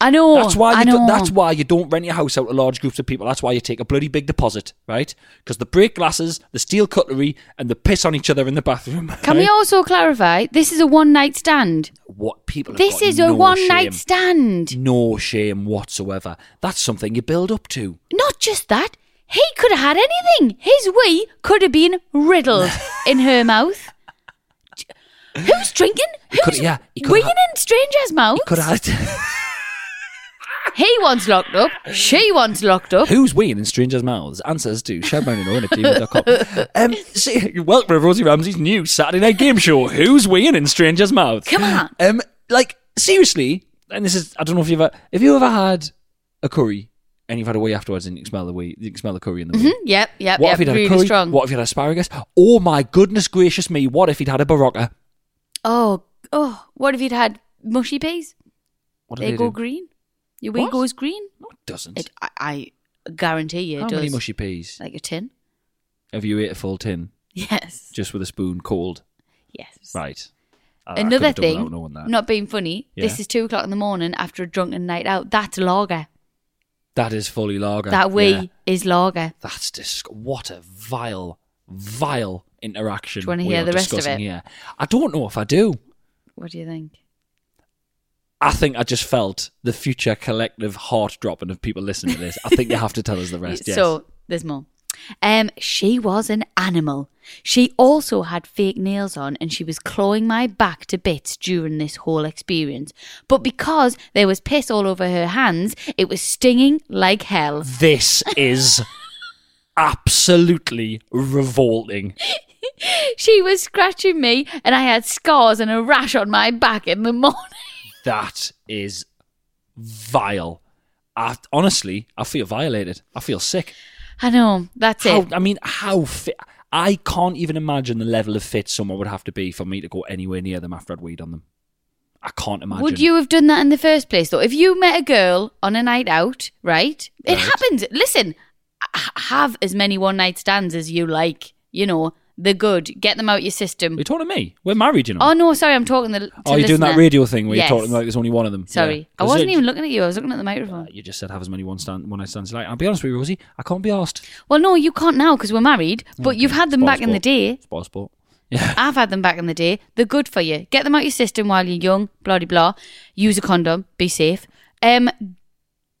I know. That's why Oh, I you do, know. that's why you don't rent your house out to large groups of people. That's why you take a bloody big deposit, right? Because the break glasses, the steel cutlery, and the piss on each other in the bathroom. Can right? we also clarify? This is a one night stand. What people? have This got is a no one shame. night stand. No shame whatsoever. That's something you build up to. Not just that. He could have had anything. His wee could have been riddled in her mouth. Who's drinking? He could- Who's yeah, he could weeing ha- in strangers' mouths? Could have. had- He wants locked up. She wants locked up. Who's weeing in strangers' mouths? Answers to shoutmountainoin at Um see, Welcome to Rosie Ramsey's new Saturday night game show. Who's weeing in strangers' mouths? Come on. Um, like seriously, and this is I don't know if you've ever have you ever had a curry and you've had a wee afterwards, and you can smell the wee, you can smell the curry in the hmm wee. Yep, yep, What yep. if he'd had really a curry? strong. What if he'd had asparagus? Oh my goodness gracious me! What if he'd had a barocca? Oh, oh. What if he'd had mushy peas? What do They they go do? green. Your wee What? goes green. Doesn't. It, I, I guarantee you it How does. many mushy peas Like a tin. have you ate a full tin Yes. just with a spoon cold? Yes. Right. I- I could Another have done thing, without knowing that. not being funny, this Yeah. is two o'clock in the morning after a drunken night out. That's lager. that is fully lager. That wee Yeah. is lager. That's dis- what a vile, vile interaction. Do you wanna we hear are the rest of discussing it? Here. I don't know if I do. What do you think? I think I just felt the future collective heart dropping of people listening to this. I think you have to tell us the rest. Yes. So there's more. Um, she was an animal. She also had fake nails on, and she was clawing my back to bits during this whole experience. But because there was piss all over her hands, it was stinging like hell. this is absolutely revolting. She was scratching me, and I had scars and a rash on my back in the morning. That is vile. I, honestly, I feel violated. I feel sick. I know. That's how, it. I mean, how fit? I can't even imagine the level of fit someone would have to be for me to go anywhere near them after I'd weed on them. I can't imagine. Would you have done that in the first place, though? If you met a girl on a night out, right? It Right. happens. Listen, h- have as many one night stands as you like. You know, they're good. Get them out your system. You're talking to me. We're married, you know. Oh no, sorry, I'm talking the. To Oh, you're doing that listener. radio thing where Yes. you're talking like there's only one of them. Sorry, Yeah. I 'Cause wasn't it- Uh, even looking at you. I was looking at the microphone. You just said have as many one stand one night stands as you like. I'll be honest with you, Rosie. I can't be asked. Well, no, you can't now because we're married. But you've had them back in the day. It's possible. I've had them back in the day. They're good for you. Get them out your system while you're young. Blah de blah. Use a condom. Be safe. Um,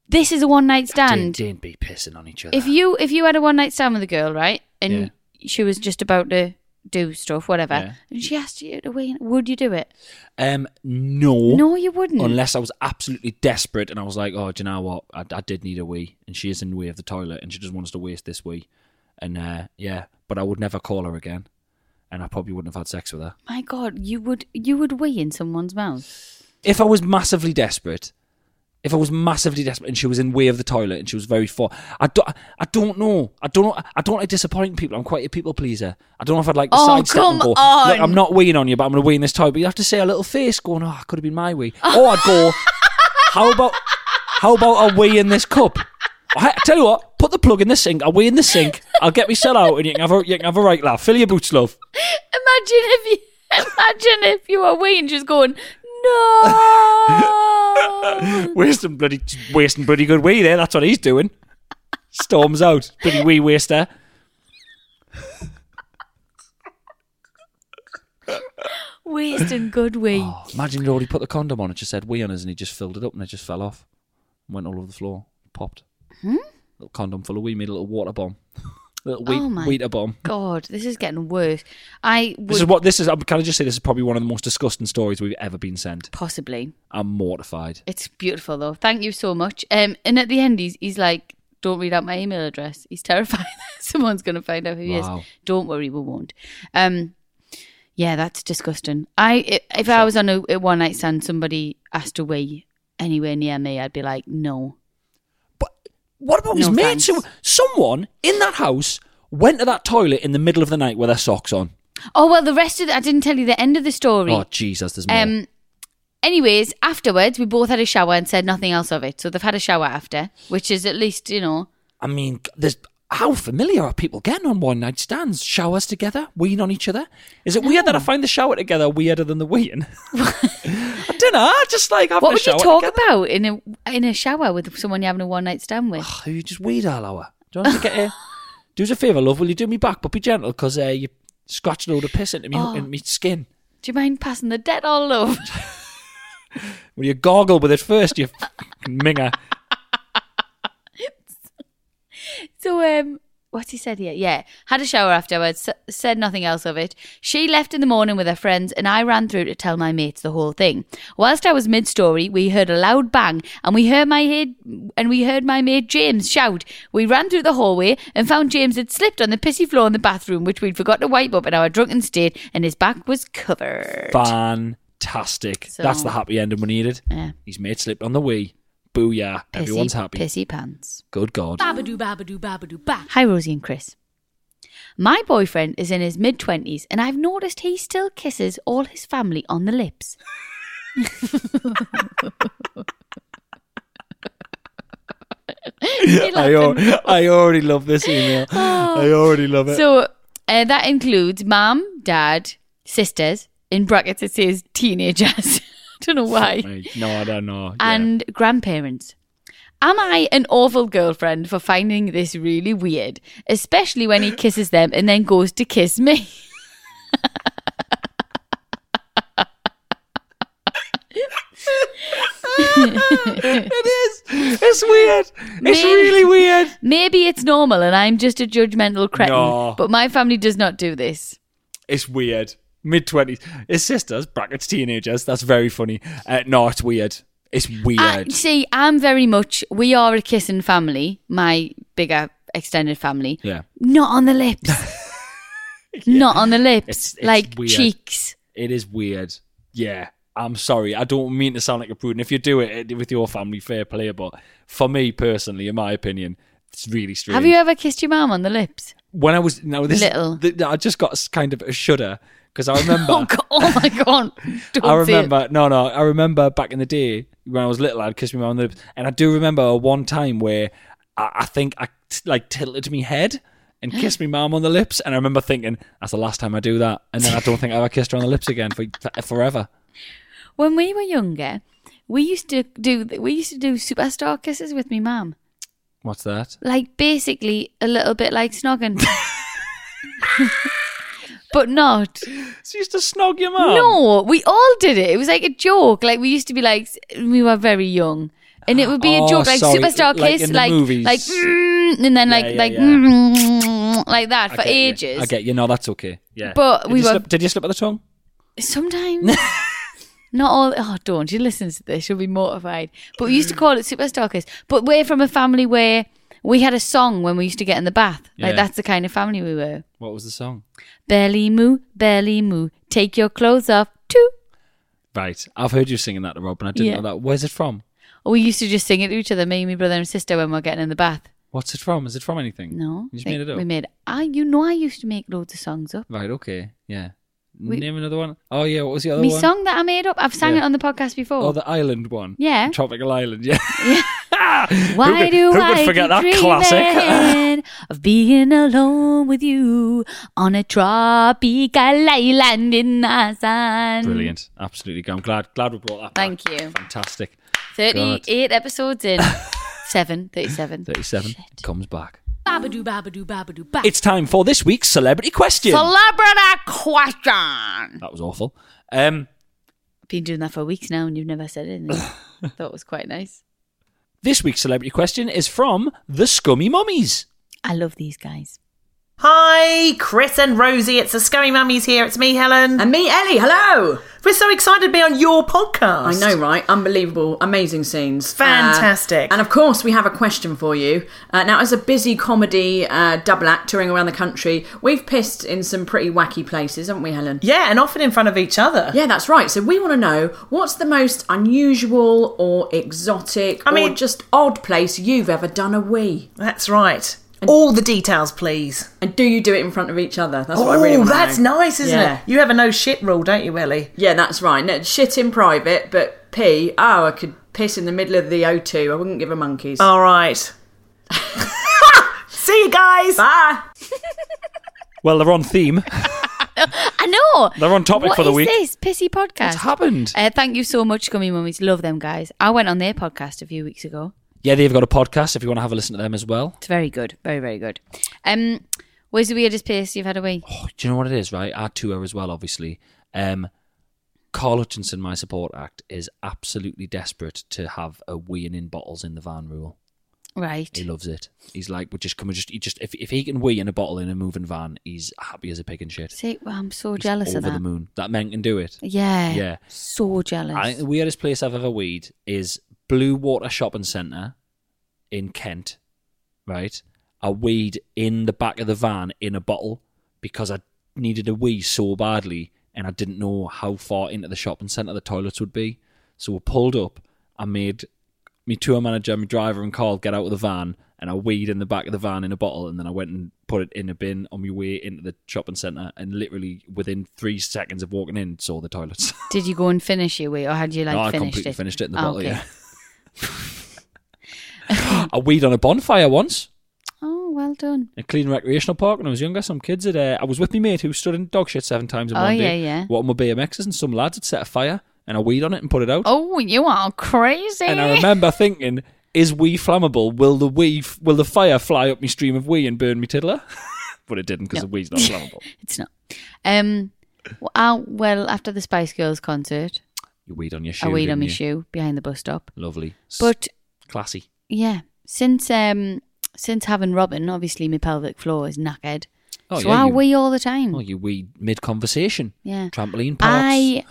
this is a one night stand. Don't, don't be pissing on each other. if you if you had a one night stand with a girl, right, and Yeah. she was just about to do stuff, whatever, Yeah. and she asked you to wait, would you do it? um, no, No, you wouldn't. unless I was absolutely desperate and I was like, oh, do you know what? I, I did need a wee, and she is in the way of the toilet, and she doesn't want us to waste this wee, and uh, yeah, but I would never call her again, and I probably wouldn't have had sex with her My God, you would you would wee in someone's mouth. if I was massively desperate. If I was massively desperate and she was in way of the toilet and she was very far, I don't, I don't know. I don't, know- I don't like disappointing people. I'm quite a people pleaser. I don't know if I'd like to Oh, sidestep and go, come on. Look, I'm not weeing on you, but I'm going to wee in this toilet. But you have to say a little face going, oh, could have been my wee. Or I'd go, how about, how about I wee in this cup? I I tell you what, put the plug in the sink. I'll wee in the sink. I'll get myself out and you can have a, you can have a right laugh. Fill your boots, love. Imagine if you imagine if you were weeing, just going no. wasting bloody wasting bloody good wee there. That's what he's doing. Storms out, bloody wee waster. Wasting good wee. Oh, imagine he'd already put the condom on and just said wee on us, and he just filled it up and it just fell off, went all over the floor, popped. Hmm? Little condom full of wee made a little water bomb, little wee Oh my weeter bomb. God, this is getting worse. I would This is what this is. I'm Can I just say this is probably one of the most disgusting stories we've ever been sent. possibly. I'm mortified. It's beautiful though. Thank you so much. Um, and at the end, he's he's like, "Don't read out my email address." He's terrified that someone's going to find out who he Wow. is. Don't worry, we won't. Um, yeah, that's disgusting. I i- if I was on a, a one night stand, somebody asked to wee anywhere near me, I'd be like, "No." What about his No mates? thanks. Who- Someone in that house went to that toilet in the middle of the night with their socks on. Oh well, the rest of the, I didn't tell you the end of the story. Oh Jesus, there's more. um. Anyways, afterwards, we both had a shower and said nothing else of it. So they've had a shower after, which is at least, you know, I mean, there's how familiar are people getting on one night stands? Showers together, weeing on each other. Is it weird that I find the shower together weirder than the weeing? I don't know. I Just like having a what would you shower talk together. about in a in a shower with someone you're having a one night stand with? Oh, you just weed all hour. Do you want to get here? Do us a favour, love. Will you do me back, but be gentle, because uh, you scratched a load of piss into me, Oh. into me skin. Do you mind passing the dead all over? Will you gargle with it first, you fucking minger? so um, what's he said here? Yeah, had a shower afterwards. s- Said nothing else of it. She left in the morning with her friends, and I ran through to tell my mates the whole thing. Whilst I was mid story, we heard a loud bang, and we heard my head, and we heard my mate James shout. We ran through the hallway and found James had slipped on the pissy floor in the bathroom, which we'd forgot to wipe up in our drunken state, and his back was covered. Fantastic. So- That's the happy ending we needed. Yeah. His mate slipped on the wee. Booyah. Pissy, Everyone's happy. Pissy pants. Good God. Babadoo, babadoo, babadoo, ba. Hi, Rosie and Chris. My boyfriend is in his mid 20s, and I've noticed he still kisses all his family on the lips. I, al- I already love this email. I already love it. Oh. So uh, that includes mom, dad, sisters, in brackets it says teenagers. don't know why. Mate, No, I don't know. and grandparents. Am I an awful girlfriend for finding this really weird, especially when he kisses them and then goes to kiss me? it is. It's weird. It's Maybe- really weird. Maybe it's normal and I'm just a judgmental cretin, No. but my family does not do this. It's weird. Mid twenties. His sisters, brackets teenagers. That's very funny. Uh, no, it's weird. It's weird. I- see, I'm very much, we are a kissing family, my bigger extended family. yeah. Not on the lips. Not on the lips. It's- it's like weird. cheeks. It is weird. Yeah. I'm sorry. I don't mean to sound like a prude. And if you do it it- with your family, fair play. But for me personally, in my opinion, it's really strange. Have you ever kissed your mum on the lips? when I was no this Little. th- I just got s- kind of a shudder because I remember. Oh, God, oh my God. Don't I say it. remember no no I remember back in the day when I was little I'd kiss my mum on the lips and I do remember one time where I, I think I t- like tilted my head and kissed my mum on the lips and I remember thinking that's the last time I do that and then I don't think I ever kissed her on the lips again for, e, for forever. When we were younger, we used to do we used to do superstar kisses with me mum. What's that? Like basically a little bit like snogging. but not. She used to snog your mum. No, we all did it. It was like a joke. Like we used to be like we were very young. And it would be Oh, a joke like sorry, superstar like kiss in the like movies. like mm, and then Yeah, like yeah, like yeah. mm, like that I for get you. ages. I get you. No, that's okay. Yeah, But did we you were- slip, did you slip of the tongue? Sometimes. Not all. Oh, don't you listen to this? She'll be mortified. But we used to call it superstar kiss. But we're from a family where we had a song when we used to get in the bath. Yeah. Like that's the kind of family we were. What was the song? Belly moo, belly moo. Take your clothes off too. Right, I've heard you singing that to Rob, and I didn't Yeah. know that. Where's it from? We used to just sing it to each other, me, my brother, and sister, when we we're getting in the bath. What's it from? Is it from anything? No, you just like, made it up. We made. I, you know, I used to make loads of songs up. Right, okay. Yeah. We- Name another one. Oh, yeah. What was the other Me one? song that I made up. I've sang Yeah. it on the podcast before. Oh, the island one. Yeah. Tropical Island, yeah. Why could- do who could I forget keep that classic? dreaming of being alone with you on a tropical island in the sun? Brilliant. Absolutely. I'm glad glad we brought that back. Thank you. Fantastic. 38 episodes in. Seven, 37. 37 comes back. Babadoo, babadoo, babadoo, ba. It's time for this week's celebrity question. Celebrity question. that was awful. Um, Been doing that for weeks now and you've never said anything. Thought it was quite nice. this week's celebrity question is from the Scummy Mummies. I love these guys. Hi, Chris and Rosie. It's the Scummy Mummies here. It's me, Helen. And me, Ellie. Hello. We're so excited to be on your podcast. I know, right? Unbelievable, amazing scenes. Fantastic. Uh, and of course, we have a question for you. Uh, now, as a busy comedy uh, double act touring around the country, we've pissed in some pretty wacky places, haven't we, Helen? Yeah, and often in front of each other. Yeah, that's right. So we want to know what's the most unusual or exotic I or mean- just odd place you've ever done a wee? That's right. All the details, please. And do you do it in front of each other? That's oh, what I really want to know. that's nice, isn't Yeah. it? You have a no shit rule, don't you, Ellie? Yeah, that's right. No, shit in private, but pee. Oh, I could piss in the middle of the O2. I wouldn't give a monkey's. All right. See you guys. Bye. Well, they're on theme. I know. They're on topic What for the is week. this pissy podcast? What's happened? Uh, thank you so much, Gummy Mummies. Love them guys. I went on their podcast a few weeks ago. Yeah, they've got a podcast if you want to have a listen to them as well. It's very good. Very, very good. Um, where's the weirdest place you've had a wee? Oh, do you know what it is, right? Our tour as well, obviously. Um, Carl Hutchinson, my support act, is absolutely desperate to have a weeing in bottles in the van rule. Right. He loves it. He's like, we just come and just, he just if, if he can wee in a bottle in a moving van, he's happy as a pig and shit. See, well, I'm so He's jealous over of that. the moon. That man can do it. Yeah. Yeah. So jealous. I think the weirdest place I've ever weed is Blue Water Shopping Centre in Kent, right? I weed in the back of the van in a bottle because I needed a wee so badly and I didn't know how far into the shopping centre the toilets would be. So we pulled up. I made me tour manager, my driver, and Carl get out of the van, and I weed in the back of the van in a bottle, and then I went and put it in a bin on my way into the shopping centre, and literally within three seconds of walking in, saw the toilets. Did you go and finish your wee, or had you like No, I finished completely it? finished it in the Oh, bottle. okay. Yeah. I weed on a bonfire once. Oh, well done. a clean recreational park when I was younger. Some kids had. Uh, I was with my mate who stood in dog shit seven times in Oh, one yeah, day. yeah. What my BMXs and some lads had set a fire and I weed on it and put it out. Oh, you are crazy. And I remember thinking, is wee flammable? Will the wee f- will the fire fly up my stream of wee and burn me tiddler? but it didn't because the wee's not flammable. it's not. Um, w- I- well, after the Spice Girls concert, You weed on your shoe. I weed on didn't my you? shoe behind the bus stop. Lovely. S- But classy. yeah, since um since having Robin, obviously my pelvic floor is knackered, Oh, so yeah, I you- wee all the time. Oh, you weed mid conversation. Yeah. Trampoline parks. I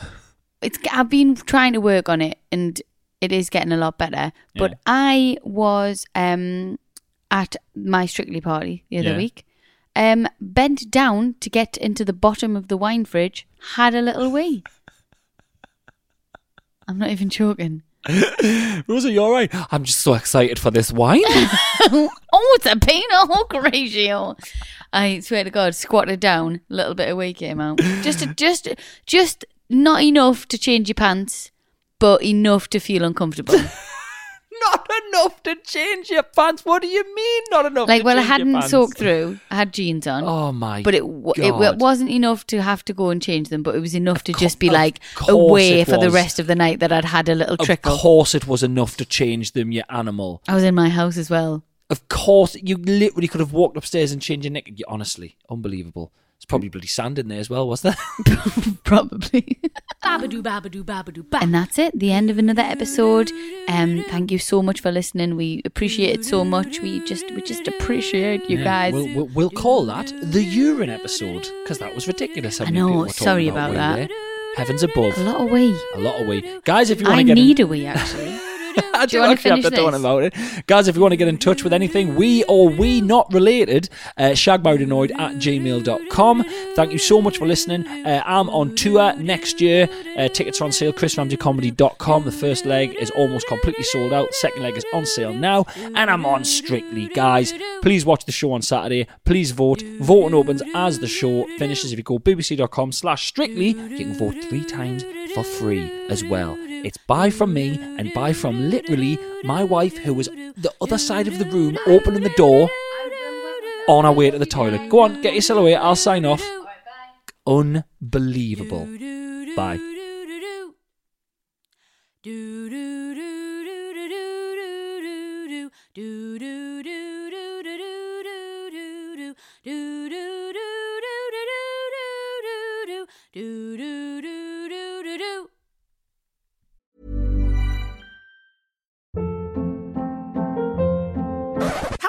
it's I've been trying to work on it and it is getting a lot better. But Yeah. I was um at my Strictly party the other Yeah. week. Um bent down to get into the bottom of the wine fridge, had a little wee. I'm not even joking. Rosa, you all right? I'm just so excited for this wine. oh, it's a penal ratio. I swear to God, squatted down, a little bit of weight came out. Just, just, just not enough to change your pants, but enough to feel uncomfortable. not enough to change your pants. What do you mean? Not enough. like, to well, I change your hadn't pants? soaked through. I had jeans on. Oh my! But it w- it w- God. wasn't enough to have to go and change them, but it was enough to just be of like course away it for the was. rest of the night that I'd had a little trickle. Of course, it was enough to change them, you animal. I was in my house as well. Of course, you literally could have walked upstairs and changed your neck. You- honestly, unbelievable. It's probably bloody sand in there as well, was there? Probably. Babadoo, babadoo, babadoo, And that's it, the end of another episode. Um, thank you so much for listening. We appreciate it so much. We just we just appreciate you Yeah, guys. We'll, we'll, we'll call that the urine episode because that was ridiculous. how I many know, people were talking sorry about wee that. there. Heavens above. A lot of wee. A lot of wee. Guys, if you want I to get in- need a wee actually. I Do do you wanna actually have to finish throw this? about it. Guys, if you want to get in touch with anything, we or we not related, uh, shagmodenoid at gmail.com. Thank you so much for listening. Uh, I'm on tour next year. Uh, tickets are on sale, chrisramseycomedy.com. The first leg is almost completely sold out. Second leg is on sale now. And I'm on Strictly, guys. Please watch the show on Saturday. Please vote. Voting opens as the show finishes. If you go bbc.com slash strictly, you can vote three times for free as well. It's bye from me and bye from literally my wife, who was the other side of the room, opening the door on our way to the toilet. Go on, get yourself away. I'll sign off. Unbelievable. Bye. babadoo.